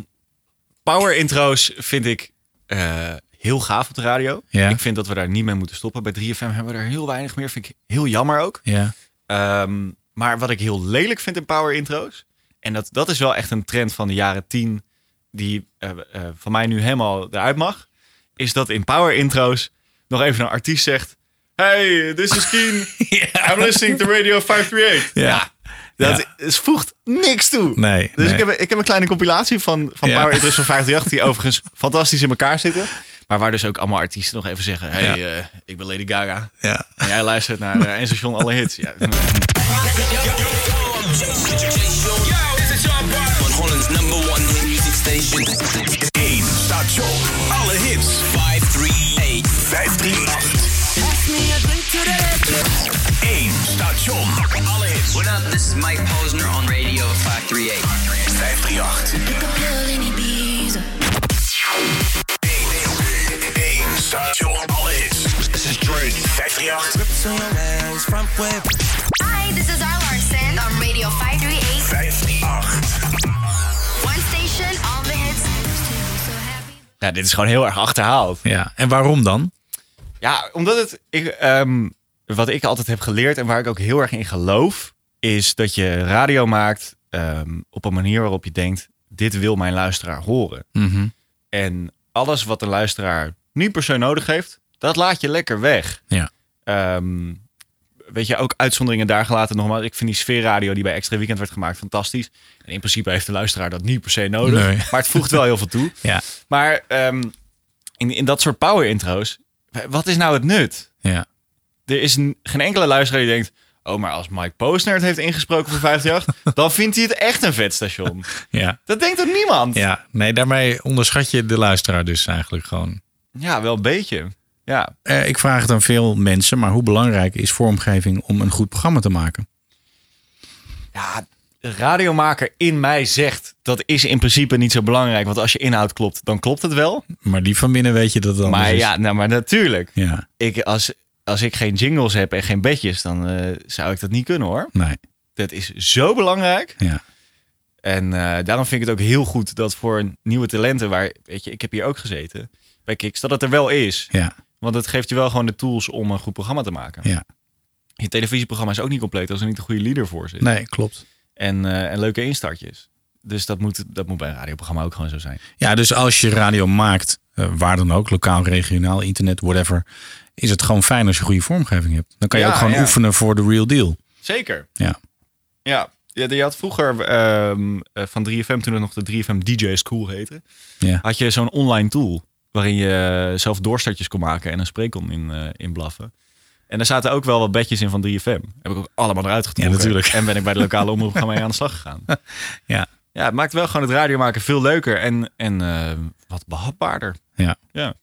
Speaker 4: power intro's vind ik eh, heel gaaf op de radio.
Speaker 3: Ja.
Speaker 4: Ik vind dat we daar niet mee moeten stoppen. Bij 3FM hebben we er heel weinig meer. Vind ik heel jammer ook.
Speaker 3: Ja.
Speaker 4: Ehm, maar wat ik heel lelijk vind in power intro's. En dat, dat is wel echt een trend van de jaren 10. Die eh, eh, van mij nu helemaal eruit mag. Is dat in power intro's nog even een artiest zegt. Hey, this is Keen. I'm listening to Radio 538.
Speaker 3: Ja.
Speaker 4: Dat is, voegt niks toe.
Speaker 3: Nee,
Speaker 4: Dus
Speaker 3: nee.
Speaker 4: ik, heb, ik heb een kleine compilatie van, van
Speaker 3: Ja.
Speaker 4: Power Intro's van 538, die overigens fantastisch in elkaar zitten. Maar waar dus ook allemaal artiesten nog even zeggen: hey, eh, ik ben Lady Gaga.
Speaker 3: Ja.
Speaker 4: En jij luistert naar eh, en station alle hits. Ja.
Speaker 5: Holland's number one hit music station. 1 station. Alle hits. 538. 538. 1 station. Alle hits. What up? This is Mike Posner on radio 538. 538.
Speaker 11: 1 station. Alle hits. This is Drake. 538.
Speaker 6: Hi, this is R. Larson on Radio 538. 538. One station, all the hits.
Speaker 4: ja, dit is gewoon heel erg achterhaald.
Speaker 3: Ja. En waarom dan?
Speaker 4: Ja, omdat het. Ik, ehm, wat ik altijd heb geleerd en waar ik ook heel erg in geloof, is dat je radio maakt ehm, op een manier waarop je denkt: dit wil mijn luisteraar horen. En alles wat de luisteraar niet per se nodig heeft, dat laat je lekker weg.
Speaker 3: Ja.
Speaker 4: Ehm, weet je, ook uitzonderingen daar gelaten nogmaals. Ik vind die sfeerradio die bij Extra Weekend werd gemaakt fantastisch. En in principe heeft de luisteraar dat niet per se nodig.
Speaker 3: Nee.
Speaker 4: Maar het voegt wel heel veel toe.
Speaker 3: Ja.
Speaker 4: Maar ehm, in, in dat soort power intro's, wat is nou het nut?
Speaker 3: Ja.
Speaker 4: Er is n- geen enkele luisteraar die denkt... Oh, maar als Mike Posner het heeft ingesproken voor 538... dan vindt hij het echt een vet station.
Speaker 3: Ja.
Speaker 4: Dat denkt ook niemand.
Speaker 3: Ja. Nee, daarmee onderschat je de luisteraar dus eigenlijk gewoon.
Speaker 4: Ja, wel een beetje. Ja.
Speaker 3: Eh, ik vraag het aan veel mensen, maar hoe belangrijk is vormgeving om een goed programma te maken?
Speaker 4: ja, de radiomaker in mij zegt... dat is in principe niet zo belangrijk. Want als je inhoud klopt, dan klopt het wel.
Speaker 3: Maar die van binnen weet je dat dan.
Speaker 4: Maar
Speaker 3: is.
Speaker 4: ja, nou, maar natuurlijk.
Speaker 3: Ja.
Speaker 4: Ik, als, als ik geen jingles heb en geen bedjes... dan eh, zou ik dat niet kunnen, hoor.
Speaker 3: Nee.
Speaker 4: Dat is zo belangrijk.
Speaker 3: Ja.
Speaker 4: En eh, daarom vind ik het ook heel goed dat voor nieuwe talenten... waar, weet je, ik heb hier ook gezeten bij Kiks... dat het er wel is.
Speaker 3: Ja.
Speaker 4: Want het geeft je wel gewoon de tools om een goed programma te maken.
Speaker 3: Ja.
Speaker 4: Je televisieprogramma is ook niet compleet als er niet een goede leader voor zit.
Speaker 3: Nee, klopt.
Speaker 4: En, eh, en leuke instartjes. Dus dat moet, dat moet bij een radioprogramma ook gewoon zo zijn.
Speaker 3: Ja, dus als je radio maakt, eh, waar dan ook, lokaal, regionaal, internet, whatever, is het gewoon fijn als je goede vormgeving hebt. Dan kan je
Speaker 4: Ja,
Speaker 3: ook gewoon
Speaker 4: ja.
Speaker 3: oefenen voor de real deal.
Speaker 4: Zeker.
Speaker 3: Ja.
Speaker 4: Ja. ja je had vroeger ehm, eh, van 3FM, toen het nog de 3FM DJ School heette,
Speaker 3: Ja.
Speaker 4: had je zo'n online tool waarin je zelf doorstartjes kon maken en een spreek kon in, eh, in blaffen. En daar zaten ook wel wat bedjes in van 3FM. Heb ik ook allemaal eruit getrokken.
Speaker 3: Ja, natuurlijk.
Speaker 4: En ben ik bij de lokale omroep gaan mee aan de slag gegaan.
Speaker 3: Ja.
Speaker 4: Ja, het maakt wel gewoon het radiomaken veel leuker en, en eh, wat behapbaarder.
Speaker 3: Ja.
Speaker 4: Ja.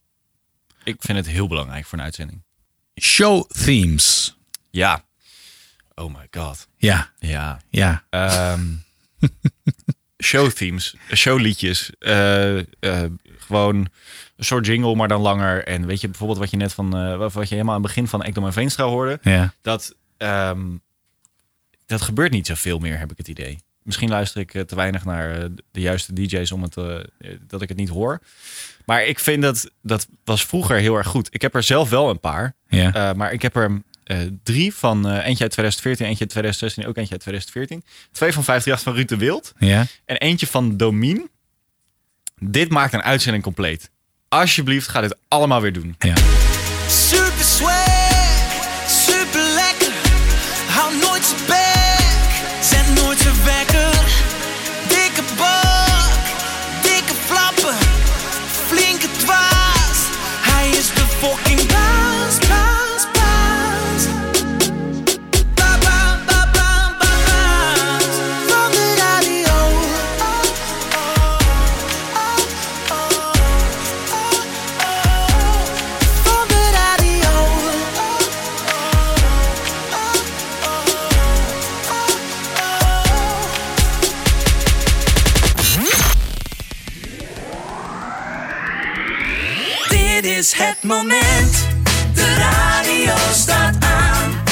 Speaker 4: Ik vind het heel belangrijk voor een uitzending.
Speaker 3: Show themes.
Speaker 4: Ja. Oh my god.
Speaker 3: Ja.
Speaker 4: Ja.
Speaker 3: Ja.
Speaker 4: Ehm, showthemes, showliedjes. eh, eh, gewoon een soort jingle, maar dan langer. En weet je bijvoorbeeld wat je net van, eh, wat wat je helemaal aan het begin van Ekdom en Veenstra hoorde?
Speaker 3: Ja.
Speaker 4: Dat, ehm, dat gebeurt niet zoveel meer, heb ik het idee. Misschien luister ik eh, te weinig naar eh, de juiste DJ's om het, eh, eh, dat ik het niet hoor. Maar ik vind dat dat was vroeger heel erg goed. Ik heb er zelf wel een paar.
Speaker 3: Ja.
Speaker 4: Eh, maar ik heb er eh, drie van eh, eentje uit 2014, eentje uit 2016, ook eentje uit 2014. Twee van 538 van Ruud de Wild.
Speaker 3: Ja.
Speaker 4: En eentje van Domien. Dit maakt een uitzending compleet. Alsjeblieft, ga dit allemaal weer doen.
Speaker 3: Ja.
Speaker 7: Super swag, super lekker. Hou nooit je bek, zet nooit je wekker. Dikke bak, dikke flappen, flinke dwaas. Hij is de fucking baas, baas, baas. Ba, ba, ba, ba, ba, baas. Van de radio. Oh, oh, oh, oh, oh, oh. het moment. De radio staat aan.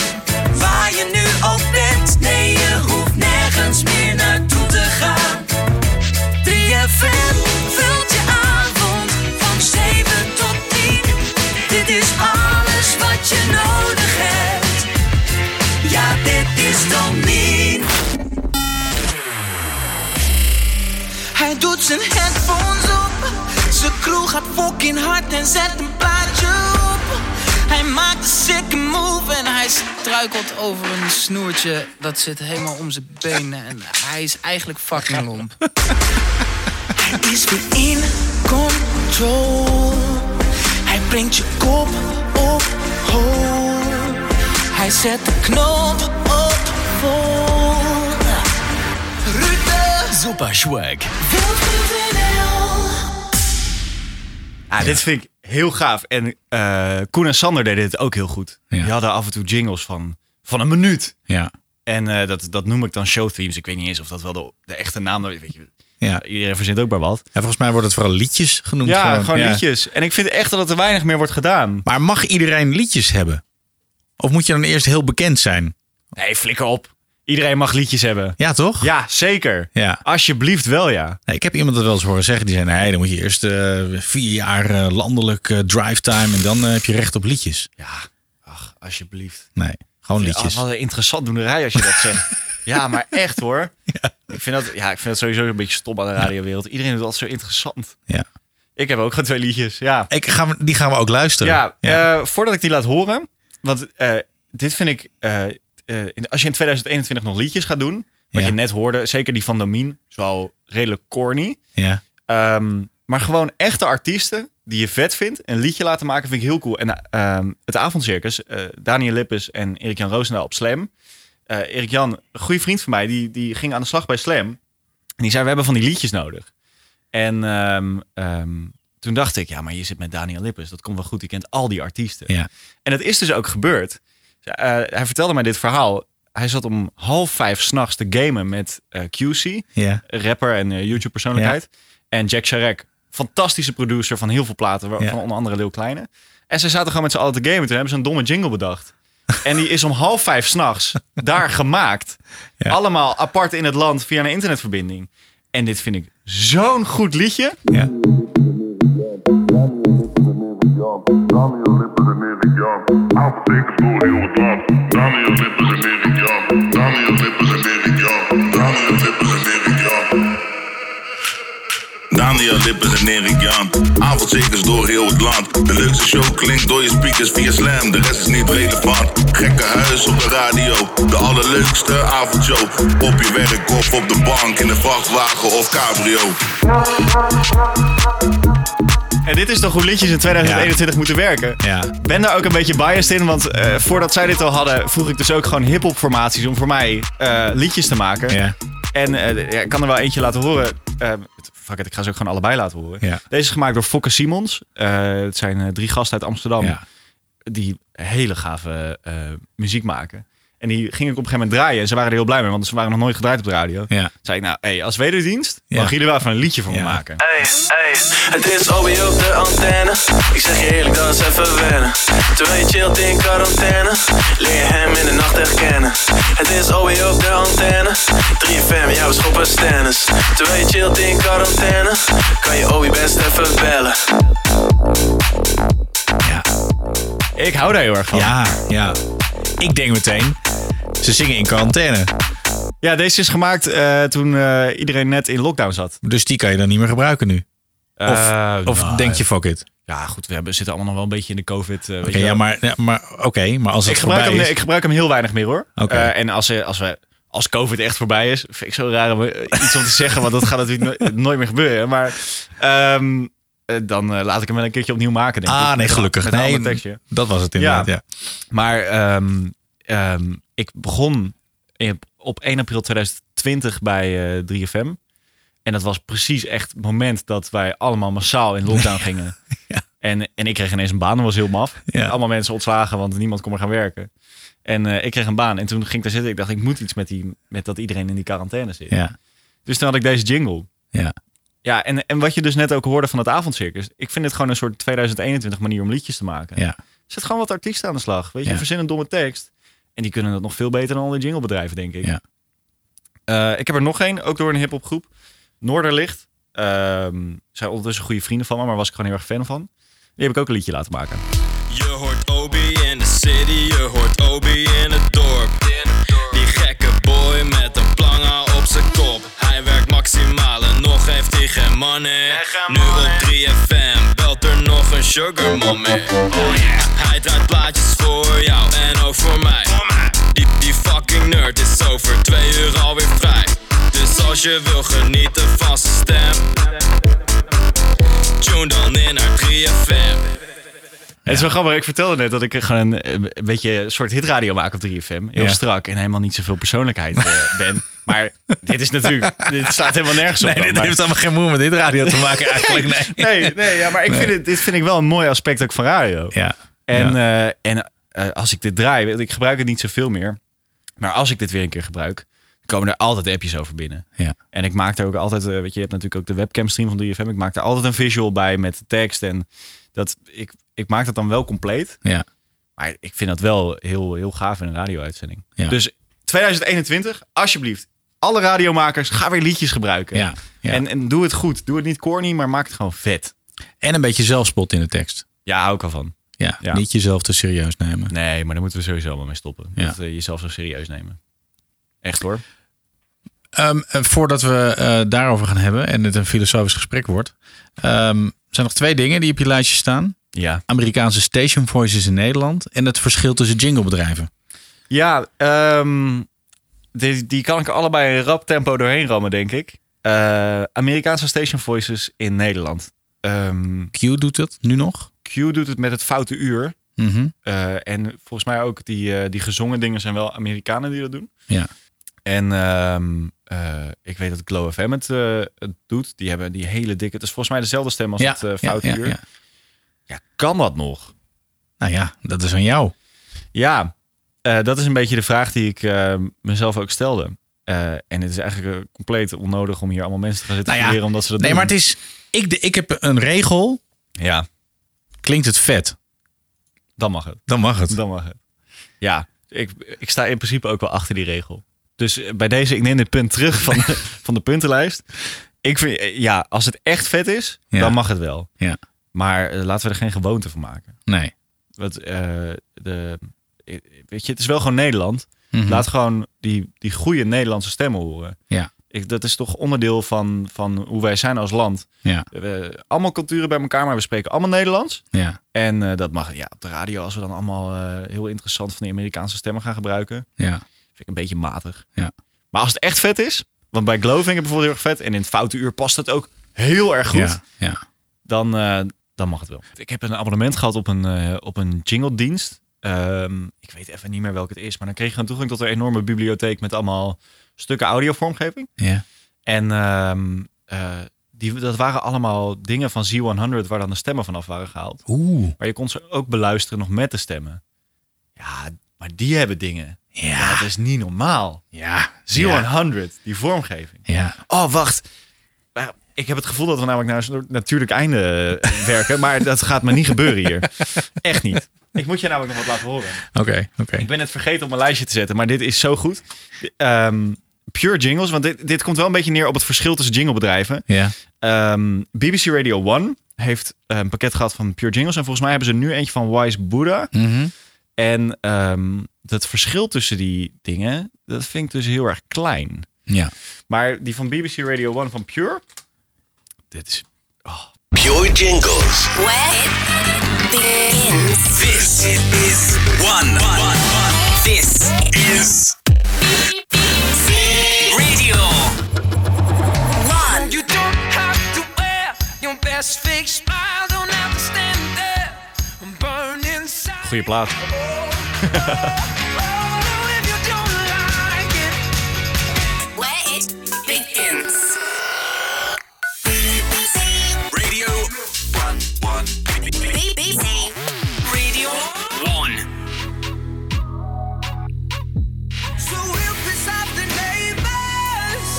Speaker 7: Waar je nu ook bent, nee, je hoeft nergens meer naartoe te gaan. 3FM vult je avond van 7 tot 10. Dit is alles wat je nodig hebt. Ja, dit is Domien. Hij doet zijn headphones op. Zijn crew gaat fucking hard en zet een plaatje op. Hij maakt een sick move en hij struikelt over een snoertje. Dat zit helemaal om zijn benen en hij is eigenlijk fucking lomp. hij is weer in control. Hij brengt je kop op hol. Hij zet de knoop op vol. Rutte!
Speaker 14: Super swag.
Speaker 4: Ah, Dit vind ik heel gaaf. En eh, Koen en Sander deden het ook heel goed. Die hadden af en toe jingles van, van een minuut.
Speaker 3: Ja.
Speaker 4: En eh, dat, dat noem ik dan showthemes. Ik weet niet eens of dat wel de, de echte naam is. Weet je,
Speaker 3: Ja.
Speaker 4: Iedereen verzint ook maar wat.
Speaker 3: En volgens mij wordt het vooral liedjes genoemd.
Speaker 4: ja, gewoon, liedjes. En ik vind echt dat er weinig meer wordt gedaan.
Speaker 3: Maar mag iedereen liedjes hebben? Of moet je dan eerst heel bekend zijn?
Speaker 4: Nee, flikker op. Iedereen mag liedjes hebben.
Speaker 3: Ja, toch?
Speaker 4: Ja, zeker.
Speaker 3: Ja.
Speaker 4: Alsjeblieft wel, ja.
Speaker 3: Nee, ik heb iemand dat wel eens horen zeggen. Die zei, nee, dan moet je eerst eh, vier jaar eh, landelijk eh, drivetime... en dan eh, heb je recht op liedjes.
Speaker 4: Alsjeblieft.
Speaker 3: Nee, gewoon
Speaker 4: Ja,
Speaker 3: liedjes.
Speaker 4: wat een interessant doenerij als je dat zegt. ja, maar echt hoor. Ik, vind dat, ja, ik vind dat sowieso een beetje stom aan de radiowereld. Iedereen doet dat zo interessant.
Speaker 3: Ja.
Speaker 4: Ik heb ook gewoon twee liedjes. Ja.
Speaker 3: Ik ga, die gaan we ook luisteren.
Speaker 4: Ja, eh, voordat ik die laat horen. Want eh, dit vind ik. eh, eh, in- als je in 2021 nog liedjes gaat doen. Wat je net hoorde, zeker die van Damien. Is wel redelijk corny.
Speaker 3: Ja.
Speaker 4: Ehm, maar gewoon echte artiesten die je vet vindt. Een liedje laten maken vind ik heel cool. En eh, ehm, het avondcircus, eh, Daniel Lippes en Erik-Jan Roosendaal op Slam. Eh, Erik-Jan, een goede vriend van mij, die, die ging aan de slag bij Slam. En die zei, we hebben van die liedjes nodig. En ehm, ehm, toen dacht ik, ja, maar je zit met Daniel Lippes. Dat komt wel goed, die kent al die artiesten.
Speaker 3: Ja.
Speaker 4: En dat is dus ook gebeurd. Eh, hij vertelde mij dit verhaal. Hij zat om half vijf s'nachts te gamen met eh, QC
Speaker 3: Ja.
Speaker 4: rapper en eh, YouTube-persoonlijkheid. En Jack Sharek, fantastische producer van heel veel platen, waar-
Speaker 3: Ja.
Speaker 4: van onder andere Lil Kleine. En ze zaten gewoon met z'n allen te gamen. Toen hebben ze een domme jingle bedacht. En die is om half vijf s'nachts daar gemaakt. Allemaal apart in het land via een internetverbinding. En dit vind ik zo'n goed liedje.
Speaker 3: Ja.
Speaker 11: Daniel Lippers en Erik Jan. Avondzekers door heel het land. De leukste show klinkt door je speakers via slam. De rest is niet relevant. Gekke huis op de radio. De allerleukste avondshow. Op je werk of op de bank. In de vrachtwagen of cabrio.
Speaker 4: En dit is toch hoe liedjes in 2021 moeten werken. Ben daar ook een beetje biased in, want eh, voordat zij dit al hadden, vroeg ik dus ook gewoon hip-hop formaties om voor mij eh, liedjes te maken. En eh, ja, ik kan er wel eentje laten horen. Eh, fuck it, ik ga ze ook gewoon allebei laten horen.
Speaker 3: Ja.
Speaker 4: Deze is gemaakt door Fokke Simons. Eh, het zijn eh, drie gasten uit Amsterdam die hele gave eh, muziek maken. En die ging ik op een gegeven moment draaien. En ze waren er heel blij mee, want ze waren nog nooit gedraaid op de radio.
Speaker 3: Ja.
Speaker 4: Zei ik, nou, hey, als wederdienst
Speaker 3: Ja.
Speaker 4: mag jullie wel even een liedje voor me maken.
Speaker 15: Hey, hey, het is alweer op de antenne. Ik zeg je eerlijk, dat is even wennen. Terwijl je chillt in quarantaine, leer je hem in de nacht echt kennen. Het is alweer op de antenne. 3FM, jouw schoppen stennis. Terwijl je chillt in quarantaine, kan je Obi best even bellen.
Speaker 4: Ik hou daar heel erg van.
Speaker 3: Ja, ja. Ik denk meteen, ze zingen in quarantaine.
Speaker 4: Ja, deze is gemaakt eh, toen eh, iedereen net in lockdown zat.
Speaker 3: Dus die kan je dan niet meer gebruiken nu. Of,
Speaker 4: Eh,
Speaker 3: of
Speaker 4: nou,
Speaker 3: denk je, fuck it.
Speaker 4: Ja, goed, we hebben, zitten allemaal nog wel een beetje in de covid. eh, weet
Speaker 3: Oké,
Speaker 4: je wel.
Speaker 3: ja, maar, ja, maar, oké, maar als het
Speaker 4: ik, gebruik hem,
Speaker 3: voorbij is...
Speaker 4: ik gebruik hem heel weinig meer hoor.
Speaker 3: Oké.
Speaker 4: Eh, en als, eh, als, we, als COVID echt voorbij is, vind ik zo raar om eh, iets om te zeggen, want dat gaat natuurlijk no- nooit meer gebeuren. Maar ehm, eh, dan eh, laat ik hem wel een keertje opnieuw maken. Denk
Speaker 3: Ah,
Speaker 4: ik.
Speaker 3: nee,
Speaker 4: Met-
Speaker 3: gelukkig.
Speaker 4: met een
Speaker 3: Nee,
Speaker 4: ander tekstje.
Speaker 3: dat was het inderdaad, ja.
Speaker 4: Maar ehm, ehm, ik begon in- op 1 april 2020 bij eh 3FM. En dat was precies echt het moment dat wij allemaal massaal in lockdown gingen. En, en ik kreeg ineens een baan, dat was heel maf. Allemaal mensen ontslagen, want niemand kon meer gaan werken. En eh, ik kreeg een baan en toen ging ik daar zitten. Ik dacht, ik moet iets met, die, met dat iedereen in die quarantaine zit.
Speaker 3: Ja.
Speaker 4: Dus toen had ik deze jingle.
Speaker 3: Ja.
Speaker 4: Ja, en, en wat je dus net ook hoorde van het avondcircus. Ik vind het gewoon een soort 2021 manier om liedjes te maken.
Speaker 3: Ja.
Speaker 4: Zet gewoon wat artiesten aan de slag. Weet je,
Speaker 3: Ja.
Speaker 4: verzin een domme tekst. En die kunnen dat nog veel beter dan alle jinglebedrijven, denk ik.
Speaker 3: Ja.
Speaker 4: Eh, ik heb er nog één, ook door een hip-hop groep. Noorderlicht. Ehm zijn ondertussen goede vrienden van me, maar was ik gewoon heel erg fan van. Die heb ik ook een liedje laten maken.
Speaker 14: Je hoort OB in de city, je hoort OB in het dorp. Die gekke boy met een planga op zijn kop. Hij werkt maximaal en nog heeft hij geen money. Nu op 3FM belt er nog een sugar mommy. Hij draait plaatjes voor jou en ook voor mij. Die, die fucking nerd is over twee uur alweer vrij. Dus als je wil genieten van zijn stem, tune dan in naar 3FM.
Speaker 4: Het is wel grappig. Ik vertelde net dat ik gewoon een, eh, een beetje een soort hitradio maak op 3FM. Heel
Speaker 3: Ja.
Speaker 4: strak en helemaal niet zoveel persoonlijkheid eh, ben. Maar dit is natuurlijk... Dit staat helemaal nergens op.
Speaker 3: Nee,
Speaker 4: dan,
Speaker 3: dit
Speaker 4: maar-
Speaker 3: heeft allemaal geen moeite met dit radio te maken eigenlijk. Nee.
Speaker 4: nee, nee, ja, maar ik Vind het, dit vind ik wel een mooi aspect ook van radio.
Speaker 3: Ja.
Speaker 4: En, eh, en eh, als ik dit draai, want ik gebruik het niet zoveel meer. Maar als ik dit weer een keer gebruik, komen er altijd appjes over binnen.
Speaker 3: Ja.
Speaker 4: En ik maak er ook altijd, eh, weet je, je hebt natuurlijk ook de webcam stream van 3FM. Ik maak er altijd een visual bij met de tekst. En dat, ik, ik maak dat dan wel compleet.
Speaker 3: Ja.
Speaker 4: Maar ik vind dat wel heel, heel gaaf in een radio-uitzending.
Speaker 3: Ja.
Speaker 4: Dus 2021, alsjeblieft. Alle radiomakers, ga weer liedjes gebruiken.
Speaker 3: Ja,
Speaker 4: En, en doe het goed. Doe het niet corny, maar maak het gewoon vet.
Speaker 3: En een beetje zelfspot in de tekst.
Speaker 4: Ja, hou ik al van.
Speaker 3: Ja,
Speaker 4: Ja.
Speaker 3: niet jezelf te serieus nemen.
Speaker 4: Nee, maar daar moeten we sowieso allemaal mee stoppen.
Speaker 3: Ja.
Speaker 4: Dat eh, jezelf zo serieus nemen. Echt hoor.
Speaker 3: Ehm, eh, voordat we eh, daarover gaan hebben en het een filosofisch gesprek wordt, ehm, zijn nog twee dingen die op je lijstje staan.
Speaker 4: Ja.
Speaker 3: Amerikaanse station voices in Nederland en het verschil tussen jinglebedrijven.
Speaker 4: Ja, ehm, die, die kan ik allebei in rap tempo doorheen rammen, denk ik. Eh, Amerikaanse station voices in Nederland. Ehm,
Speaker 3: Q doet het nu nog.
Speaker 4: Q doet het met het foute uur.
Speaker 3: Mhm.
Speaker 4: Eh, en volgens mij ook die, eh, die gezongen dingen zijn wel Amerikanen die dat doen.
Speaker 3: Ja.
Speaker 4: En ehm, eh, ik weet dat Glow FM het, eh, het doet. Die hebben die hele dikke... Het is volgens mij dezelfde stem als
Speaker 3: Ja,
Speaker 4: het eh,
Speaker 3: ja,
Speaker 4: foute
Speaker 3: ja,
Speaker 4: uur.
Speaker 3: ja.
Speaker 4: ja, kan dat nog?
Speaker 3: Nou ja, dat is aan jou.
Speaker 4: Ja, eh, dat is een beetje de vraag die ik eh, mezelf ook stelde. Eh, en het is eigenlijk eh, compleet onnodig om hier allemaal mensen te gaan zitten
Speaker 3: Nou ja,
Speaker 4: leren omdat ze dat
Speaker 3: nee,
Speaker 4: doen.
Speaker 3: maar het is. Ik, de- ik heb een regel.
Speaker 4: Ja.
Speaker 3: Klinkt het vet?
Speaker 4: Dan mag het.
Speaker 3: Dan mag het.
Speaker 4: Dan mag het. Ja, ik, ik sta in principe ook wel achter die regel. Dus eh, bij deze, ik neem dit punt terug van de, van de puntenlijst. Ik vind, eh, ja, als het echt vet is,
Speaker 3: Ja.
Speaker 4: dan mag het wel.
Speaker 3: Ja.
Speaker 4: Maar eh, laten we er geen gewoonte van maken.
Speaker 3: Nee.
Speaker 4: Want, eh, de, eh, weet je, het is wel gewoon Nederland.
Speaker 3: Mhm.
Speaker 4: Laat gewoon die, die goede Nederlandse stemmen horen.
Speaker 3: Ja.
Speaker 4: Ik, dat is toch onderdeel van, van hoe wij zijn als land.
Speaker 3: Ja.
Speaker 4: We, allemaal culturen bij elkaar, maar we spreken allemaal Nederlands.
Speaker 3: Ja.
Speaker 4: En eh, dat mag ja, op de radio, als we dan allemaal eh, heel interessant van die Amerikaanse stemmen gaan gebruiken.
Speaker 3: Ja.
Speaker 4: Vind ik een beetje matig.
Speaker 3: Ja.
Speaker 4: Maar als het echt vet is, want bij Glow vind ik het bijvoorbeeld heel erg vet. En in het foute uur past het ook heel erg goed.
Speaker 3: Ja, ja.
Speaker 4: Dan, eh, dan mag het wel. Ik heb een abonnement gehad op een, eh, op een jingle dienst. Ehm, ik weet even niet meer welke het is. Maar dan kreeg je gewoon toegang tot een enorme bibliotheek met allemaal stukken audiovormgeving.
Speaker 3: Ja.
Speaker 4: En ehm, eh, die, dat waren allemaal dingen van Z100 waar dan de stemmen vanaf waren gehaald.
Speaker 3: Oeh.
Speaker 4: Maar je kon ze ook beluisteren nog met de stemmen. Ja, maar die hebben dingen. Ja. dat is niet normaal.
Speaker 3: Ja.
Speaker 4: Z100, die vormgeving.
Speaker 3: Ja.
Speaker 4: Oh, wacht. Maar Ik heb het gevoel dat we namelijk naar een soort natuurlijk einde eh, werken. Maar dat gaat me niet gebeuren hier. Echt niet. Ik moet je namelijk nog wat laten horen.
Speaker 3: Oké, oké.
Speaker 4: Ik ben het vergeten op mijn lijstje te zetten, maar dit is zo goed. Ehm, pure jingles, want dit, dit komt wel een beetje neer op het verschil tussen jinglebedrijven.
Speaker 3: Ja.
Speaker 4: Ehm, BBC Radio 1 heeft een pakket gehad van pure jingles. En volgens mij hebben ze nu eentje van Wise Buddha.
Speaker 3: Mhm.
Speaker 4: En ehm, dat verschil tussen die dingen, dat vind ik dus heel erg klein.
Speaker 3: Ja.
Speaker 4: Maar die van BBC Radio 1 van Pure, dit is...
Speaker 13: Pure jingles.
Speaker 5: This is one. This is radio.
Speaker 7: You don't have to wear your best fake smile. Don't have to stand there and burn inside.
Speaker 4: Goeie plaat.
Speaker 5: Radio. One, one. Radio. One.
Speaker 7: So we'll piss off the neighbors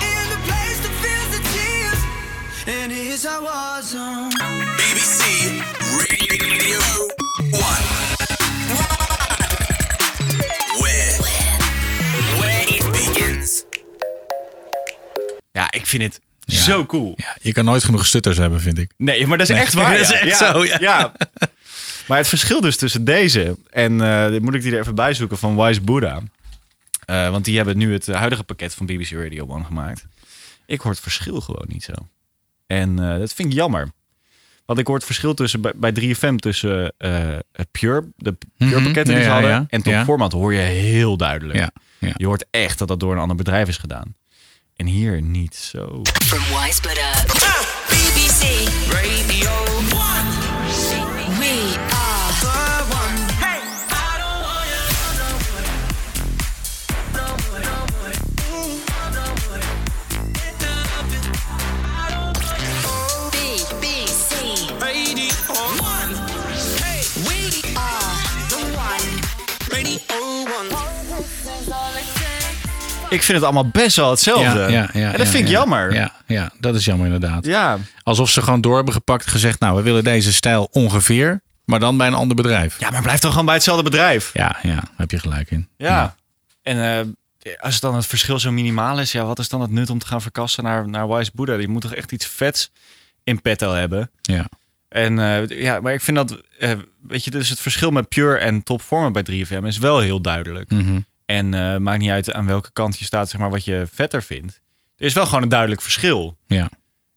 Speaker 7: in the place that feels the tears.
Speaker 4: Ik vind het zo cool.
Speaker 3: Je kan nooit genoeg stutters hebben, vind ik.
Speaker 4: Nee, maar dat is
Speaker 3: Nee.
Speaker 4: echt waar.
Speaker 3: Dat is
Speaker 4: ja.
Speaker 3: echt
Speaker 4: Ja,
Speaker 3: zo, ja.
Speaker 4: Maar het verschil dus tussen deze en eh, dit moet ik die er even bij zoeken van Wise Buddha. Eh, want die hebben nu het eh, huidige pakket van BBC Radio 1 gemaakt. Ik hoor het verschil gewoon niet zo. En eh, dat vind ik jammer. Want ik hoor het verschil tussen bij, bij 3FM tussen eh, het Pure, de Pure
Speaker 3: Mhm,
Speaker 4: pakketten
Speaker 3: ja,
Speaker 4: die ze
Speaker 3: ja,
Speaker 4: hadden,
Speaker 3: ja.
Speaker 4: en Top
Speaker 3: Ja.
Speaker 4: Format hoor je heel duidelijk.
Speaker 3: Ja,
Speaker 4: Je hoort echt dat dat door een ander bedrijf is gedaan. En hier niet zo.
Speaker 7: From Wise But Up. BBC Radio 1. We are the one. Hey! BBC Radio 1. We are the one.
Speaker 4: Ik vind het allemaal best wel hetzelfde.
Speaker 3: Ja, ja, ja,
Speaker 4: en dat
Speaker 3: ja,
Speaker 4: vind ik
Speaker 3: ja.
Speaker 4: jammer.
Speaker 3: Ja, ja, dat is jammer inderdaad.
Speaker 4: Ja.
Speaker 3: Alsof ze gewoon door hebben gepakt en gezegd... nou, we willen deze stijl ongeveer, maar dan bij een ander bedrijf.
Speaker 4: Ja, maar blijf dan gewoon bij hetzelfde bedrijf.
Speaker 3: Ja, ja daar heb je gelijk in.
Speaker 4: Ja. En eh, als dan het verschil zo minimaal is, ja, wat is dan het nut om te gaan verkassen naar, naar Wise Buddha? Die moet toch echt iets vets in petto hebben.
Speaker 3: Ja.
Speaker 4: En eh, ja, maar ik vind dat, eh, weet je, dus het verschil met Pure en topvormen bij 3FM is wel heel duidelijk.
Speaker 3: Mhm.
Speaker 4: En eh maakt niet uit aan welke kant je staat, zeg maar, wat je vetter vindt. Er is wel gewoon een duidelijk verschil.
Speaker 3: Ja.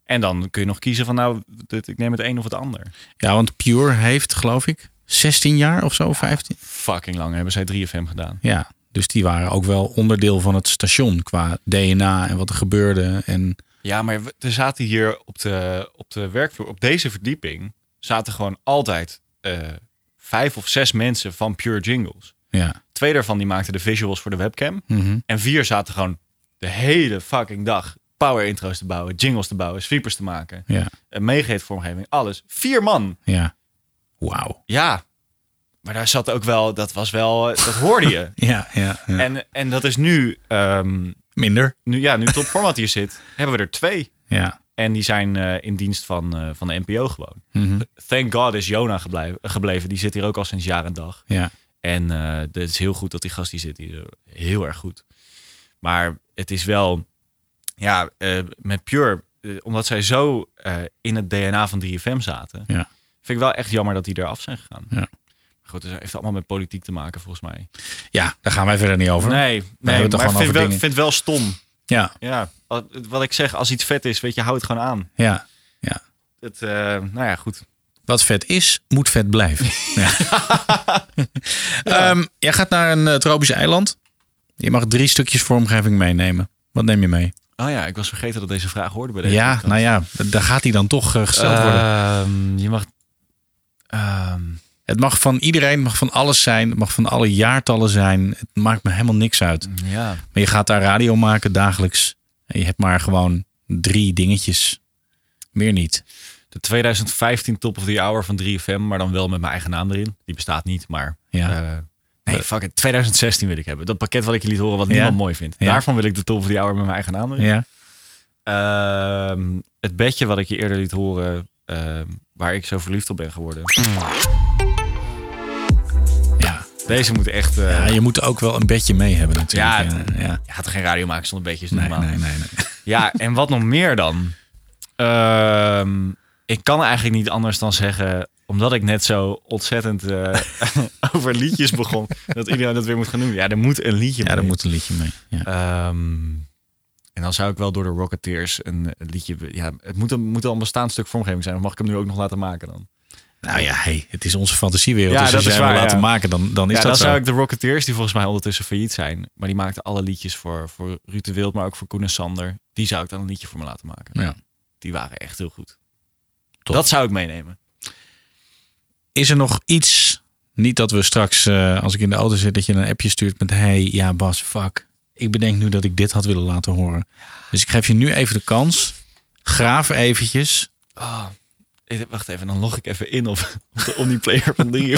Speaker 4: En dan kun je nog kiezen van, nou, dit, ik neem het een of het ander.
Speaker 3: ja, want Pure heeft, geloof ik, 16 jaar of zo, 15.
Speaker 4: Fucking lang hebben zij 3FM gedaan.
Speaker 3: Ja, dus die waren ook wel onderdeel van het station qua DNA en wat er gebeurde. En
Speaker 4: Ja, maar we- er zaten hier op de, op de werkvloer, op deze verdieping, zaten gewoon altijd eh, vijf of zes mensen van Pure Jingles.
Speaker 3: ja,
Speaker 4: Twee daarvan die maakten de visuals voor de webcam.
Speaker 3: Mhm.
Speaker 4: En vier zaten gewoon de hele fucking dag power intro's te bouwen, jingles te bouwen, sweepers te maken.
Speaker 3: Ja.
Speaker 4: Een meegeet vormgeving, alles. Vier man.
Speaker 3: ja. Wauw.
Speaker 4: Ja. Maar daar zat ook wel, dat was wel, eh, dat hoorde je.
Speaker 3: Ja, ja, ja.
Speaker 4: En, en dat is nu... ehm,
Speaker 3: Minder.
Speaker 4: Nu, ja, nu Top Format hier zit, hebben we er twee.
Speaker 3: Ja.
Speaker 4: En die zijn eh, in dienst van, eh, van de NPO gewoon.
Speaker 3: Mhm.
Speaker 4: Thank God is Jona gebleven, gebleven. Die zit hier ook al sinds jaar en dag.
Speaker 3: Ja.
Speaker 4: En eh het is heel goed dat die gast die zit hier. Heel erg goed. Maar het is wel... Ja, eh, met Pure... eh, omdat zij zo eh, in het DNA van 3FM zaten...
Speaker 3: Ja.
Speaker 4: vind ik wel echt jammer dat die eraf zijn gegaan.
Speaker 3: Ja.
Speaker 4: Goed, het heeft allemaal met politiek te maken volgens mij.
Speaker 3: ja, daar gaan wij verder niet over.
Speaker 4: Nee,
Speaker 3: Daar
Speaker 4: nee
Speaker 3: hebben
Speaker 4: maar
Speaker 3: we het toch
Speaker 4: ik
Speaker 3: gewoon
Speaker 4: vind,
Speaker 3: over
Speaker 4: wel,
Speaker 3: dingen.
Speaker 4: vind wel stom.
Speaker 3: Ja,
Speaker 4: Ja, al- wat ik zeg, als iets vet is, weet je, hou het gewoon aan.
Speaker 3: ja.
Speaker 4: Het, eh, nou ja, goed.
Speaker 3: Wat vet is, moet vet blijven. ja. Ehm, jij gaat naar een eh, tropisch eiland. Je mag drie stukjes vormgeving meenemen. Wat neem je mee?
Speaker 4: Oh ja, ik was vergeten dat deze vraag hoorde bij deze
Speaker 3: ja,
Speaker 4: podcast.
Speaker 3: nou ja, d- daar gaat hij dan toch eh, gesteld worden.
Speaker 4: Ehm, je mag... ehm,
Speaker 3: Het mag van iedereen, het mag van alles zijn. Het mag van alle jaartallen zijn. Het maakt me helemaal niks uit.
Speaker 4: ja.
Speaker 3: Maar je gaat daar radio maken dagelijks. En je hebt maar gewoon drie dingetjes. Meer niet.
Speaker 4: De 2015 Top of the Hour van 3FM, maar dan wel met mijn eigen naam erin. Die bestaat niet, maar...
Speaker 3: Ja.
Speaker 4: eh, nee, fuck it. 2016 wil ik hebben. Dat pakket wat ik je liet horen, wat
Speaker 3: Ja.
Speaker 4: niemand mooi vindt.
Speaker 3: Ja.
Speaker 4: Daarvan wil ik de Top of the Hour met mijn eigen naam erin.
Speaker 3: Ja.
Speaker 4: Ehm, het bedje wat ik je eerder liet horen, ehm, waar ik zo verliefd op ben geworden.
Speaker 3: Ja.
Speaker 4: Deze moet echt... eh,
Speaker 3: Ja, je moet ook wel een bedje mee hebben
Speaker 4: Ja,
Speaker 3: natuurlijk.
Speaker 4: het-
Speaker 3: ja.
Speaker 4: je gaat er geen radio maken zonder bedjes
Speaker 3: Nee,
Speaker 4: normaal.
Speaker 3: nee, nee, nee.
Speaker 4: Ja, en wat nog meer dan? Ehm, ik kan eigenlijk niet anders dan zeggen, omdat ik net zo ontzettend eh, over liedjes begon, dat iedereen dat weer moet gaan doen. Ja, er moet een liedje
Speaker 3: Ja,
Speaker 4: mee.
Speaker 3: er moet een liedje mee. Ja.
Speaker 4: Ehm, en dan zou ik wel door de Rocketeers een, een liedje... Ja, het moet, een, moet al een bestaand stuk vormgeving zijn. Of mag ik hem nu ook nog laten maken dan?
Speaker 3: Nou ja, hey, het is onze fantasiewereld.
Speaker 4: Ja,
Speaker 3: dus
Speaker 4: dat
Speaker 3: als jij
Speaker 4: is
Speaker 3: hem
Speaker 4: waar,
Speaker 3: laten
Speaker 4: ja.
Speaker 3: maken, dan, dan is
Speaker 4: ja,
Speaker 3: dat
Speaker 4: dan
Speaker 3: zo.
Speaker 4: zou ik de Rocketeers, die volgens mij ondertussen failliet zijn. Maar die maakten alle liedjes voor, voor Ruud de Wild, maar ook voor Koen en Sander. Die zou ik dan een liedje voor me laten maken.
Speaker 3: Ja.
Speaker 4: Die waren echt heel goed. Dat zou ik meenemen.
Speaker 3: Is er nog iets, niet dat we straks, eh, als ik in de auto zit, dat je een appje stuurt met... Hey, ja Bas, fuck. Ik bedenk nu dat ik dit had willen laten horen. Dus ik geef je nu even de kans. Graaf eventjes.
Speaker 4: Oh, eh, wacht even, dan log ik even in op, op de Omniplayer van 3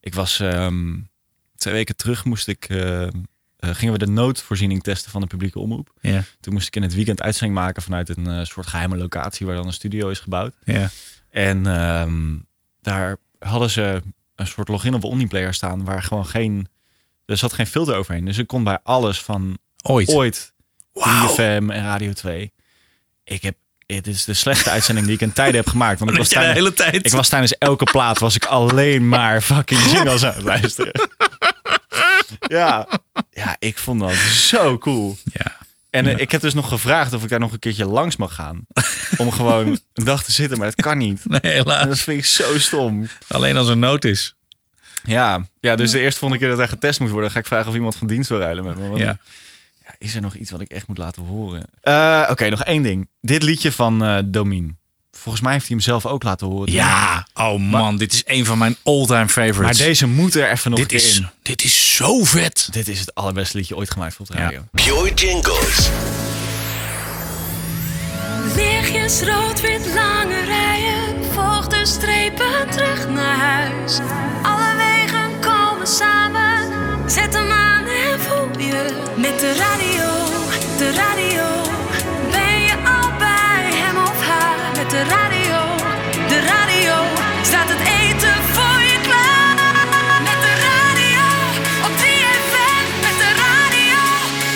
Speaker 4: Ik was ehm, twee weken terug moest ik eh, eh, gingen we de noodvoorziening testen van de publieke omroep.
Speaker 3: Ja.
Speaker 4: Toen moest ik in het weekend uitzending maken vanuit een eh, soort geheime locatie waar dan een studio is gebouwd.
Speaker 3: Ja.
Speaker 4: En ehm, daar hadden ze een soort login op Omniplayer staan waar gewoon geen Er zat geen filter overheen. Dus ik kon bij alles van
Speaker 3: Ooit.
Speaker 4: ooit
Speaker 3: 3
Speaker 4: FM en Radio 2. Ik heb, het is de slechtste uitzending die ik in tijden heb gemaakt. Want ik was,
Speaker 3: Omdat jij de hele tijd-
Speaker 4: ik was tijdens elke plaat was ik alleen maar fucking jingles aan het luisteren. Ja. ja, ik vond dat zo cool.
Speaker 3: Ja.
Speaker 4: En eh, ik heb dus nog gevraagd of ik daar nog een keertje langs mag gaan. Om gewoon een dag te zitten, maar dat kan niet.
Speaker 3: Nee, helaas.
Speaker 4: En dat vind ik zo stom.
Speaker 3: Alleen als er nood is.
Speaker 4: Ja, ja dus de eerste volgende keer dat hij getest moet worden, ga ik vragen of iemand van dienst wil ruilen met me. Want
Speaker 3: Ja.
Speaker 4: ja, is er nog iets wat ik echt moet laten horen? Eh, Oké, nog één ding. Dit liedje van eh Domien. Volgens mij heeft hij hem zelf ook laten horen.
Speaker 3: Ja, oh man, dit is een van mijn all-time favorites.
Speaker 4: Maar deze moet er even nog
Speaker 3: Dit
Speaker 4: een keer
Speaker 3: is-
Speaker 4: in.
Speaker 3: Dit is zo vet.
Speaker 4: Dit is het allerbeste liedje ooit gemaakt voor de
Speaker 3: Ja.
Speaker 4: radio.
Speaker 13: Pure Jingles.
Speaker 16: Lichtjes rood-wit lange rijen, volg de strepen terug naar huis. Alle wegen komen samen, zet hem aan en voel je. Met de radio, de radio, ben je al bij hem of haar. Met de radio, de radio, staat het eten voor je klaar. Met de radio, op 3FM, met de radio,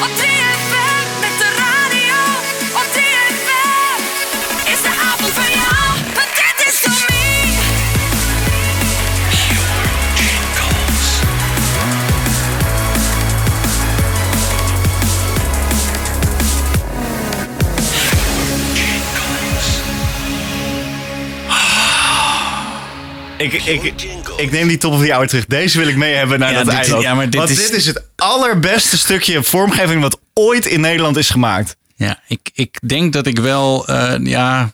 Speaker 16: op 3FM, met de radio, op 3FM. Is de avond van jou, want dit is voor mij.
Speaker 4: Ik, ik, ik neem die top of die hour terug. Deze wil ik mee hebben naar
Speaker 3: Ja,
Speaker 4: dat
Speaker 3: dit-
Speaker 4: eiland.
Speaker 3: ja, maar dit
Speaker 4: Want
Speaker 3: is-
Speaker 4: dit is het allerbeste stukje vormgeving wat ooit in Nederland is gemaakt.
Speaker 3: Ja, ik, ik denk dat ik wel, eh, ja,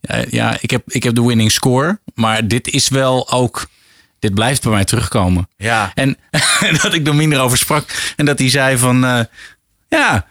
Speaker 3: ja, ja, ik heb, ik heb de winning score. Maar dit is wel ook, dit blijft bij mij terugkomen.
Speaker 4: Ja.
Speaker 3: En dat ik Domien erover sprak en dat hij zei van, eh, ja,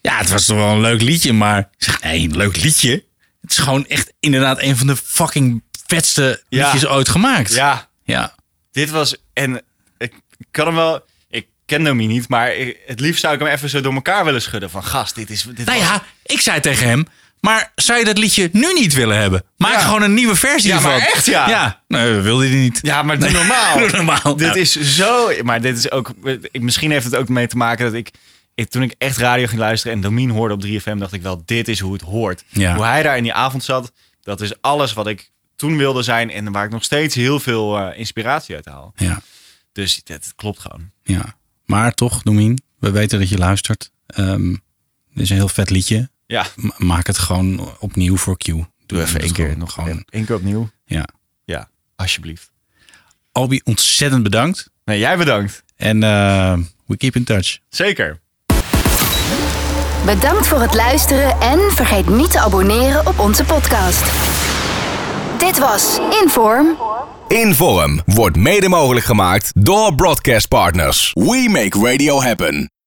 Speaker 3: ja, het was toch wel een leuk liedje. Maar ik zeg, nee, een leuk liedje. Het is gewoon echt inderdaad een van de fucking vetste
Speaker 4: Ja.
Speaker 3: liedjes ooit gemaakt.
Speaker 4: Ja.
Speaker 3: Ja.
Speaker 4: Dit was... En ik kan hem wel... Ik ken hem hier niet, maar ik- het liefst zou ik hem even zo door elkaar willen schudden. Van gast, dit is... Dit
Speaker 3: Nou
Speaker 4: was-
Speaker 3: ja, ik zei tegen hem, maar zou je dat liedje nu niet willen hebben? Maak gewoon een nieuwe versie
Speaker 4: Ja,
Speaker 3: ervan.
Speaker 4: maar echt, ja.
Speaker 3: Ja, nee, dat wilde hij niet.
Speaker 4: Ja, maar doe
Speaker 3: Nee.
Speaker 4: normaal.
Speaker 3: Doe normaal.
Speaker 4: Dit
Speaker 3: Ja.
Speaker 4: is zo... Maar dit is ook... Ik, misschien heeft het ook mee te maken dat ik, ik... Toen ik echt radio ging luisteren en Domien hoorde op 3FM... dacht ik wel, dit is hoe het hoort.
Speaker 3: Ja.
Speaker 4: Hoe hij daar in die avond zat... dat is alles wat ik toen wilde zijn... en waar ik nog steeds heel veel eh, inspiratie uit haal.
Speaker 3: Ja.
Speaker 4: Dus dat klopt gewoon.
Speaker 3: Ja, maar toch, Domien, we weten dat je luistert. Ehm, dit is een heel vet liedje.
Speaker 4: Ja.
Speaker 3: Ma- maak het gewoon opnieuw voor Q. Doe even één keer nog gewoon.
Speaker 4: Eén keer opnieuw.
Speaker 3: Ja.
Speaker 4: Ja, alsjeblieft.
Speaker 3: Albi, ontzettend bedankt.
Speaker 4: Nee, jij bedankt.
Speaker 3: En eh, we keep in touch.
Speaker 4: Zeker.
Speaker 2: Bedankt voor het luisteren en vergeet niet te abonneren op onze podcast. Dit was Inform.
Speaker 1: Inform wordt mede mogelijk gemaakt door Broadcast Partners. We make radio happen.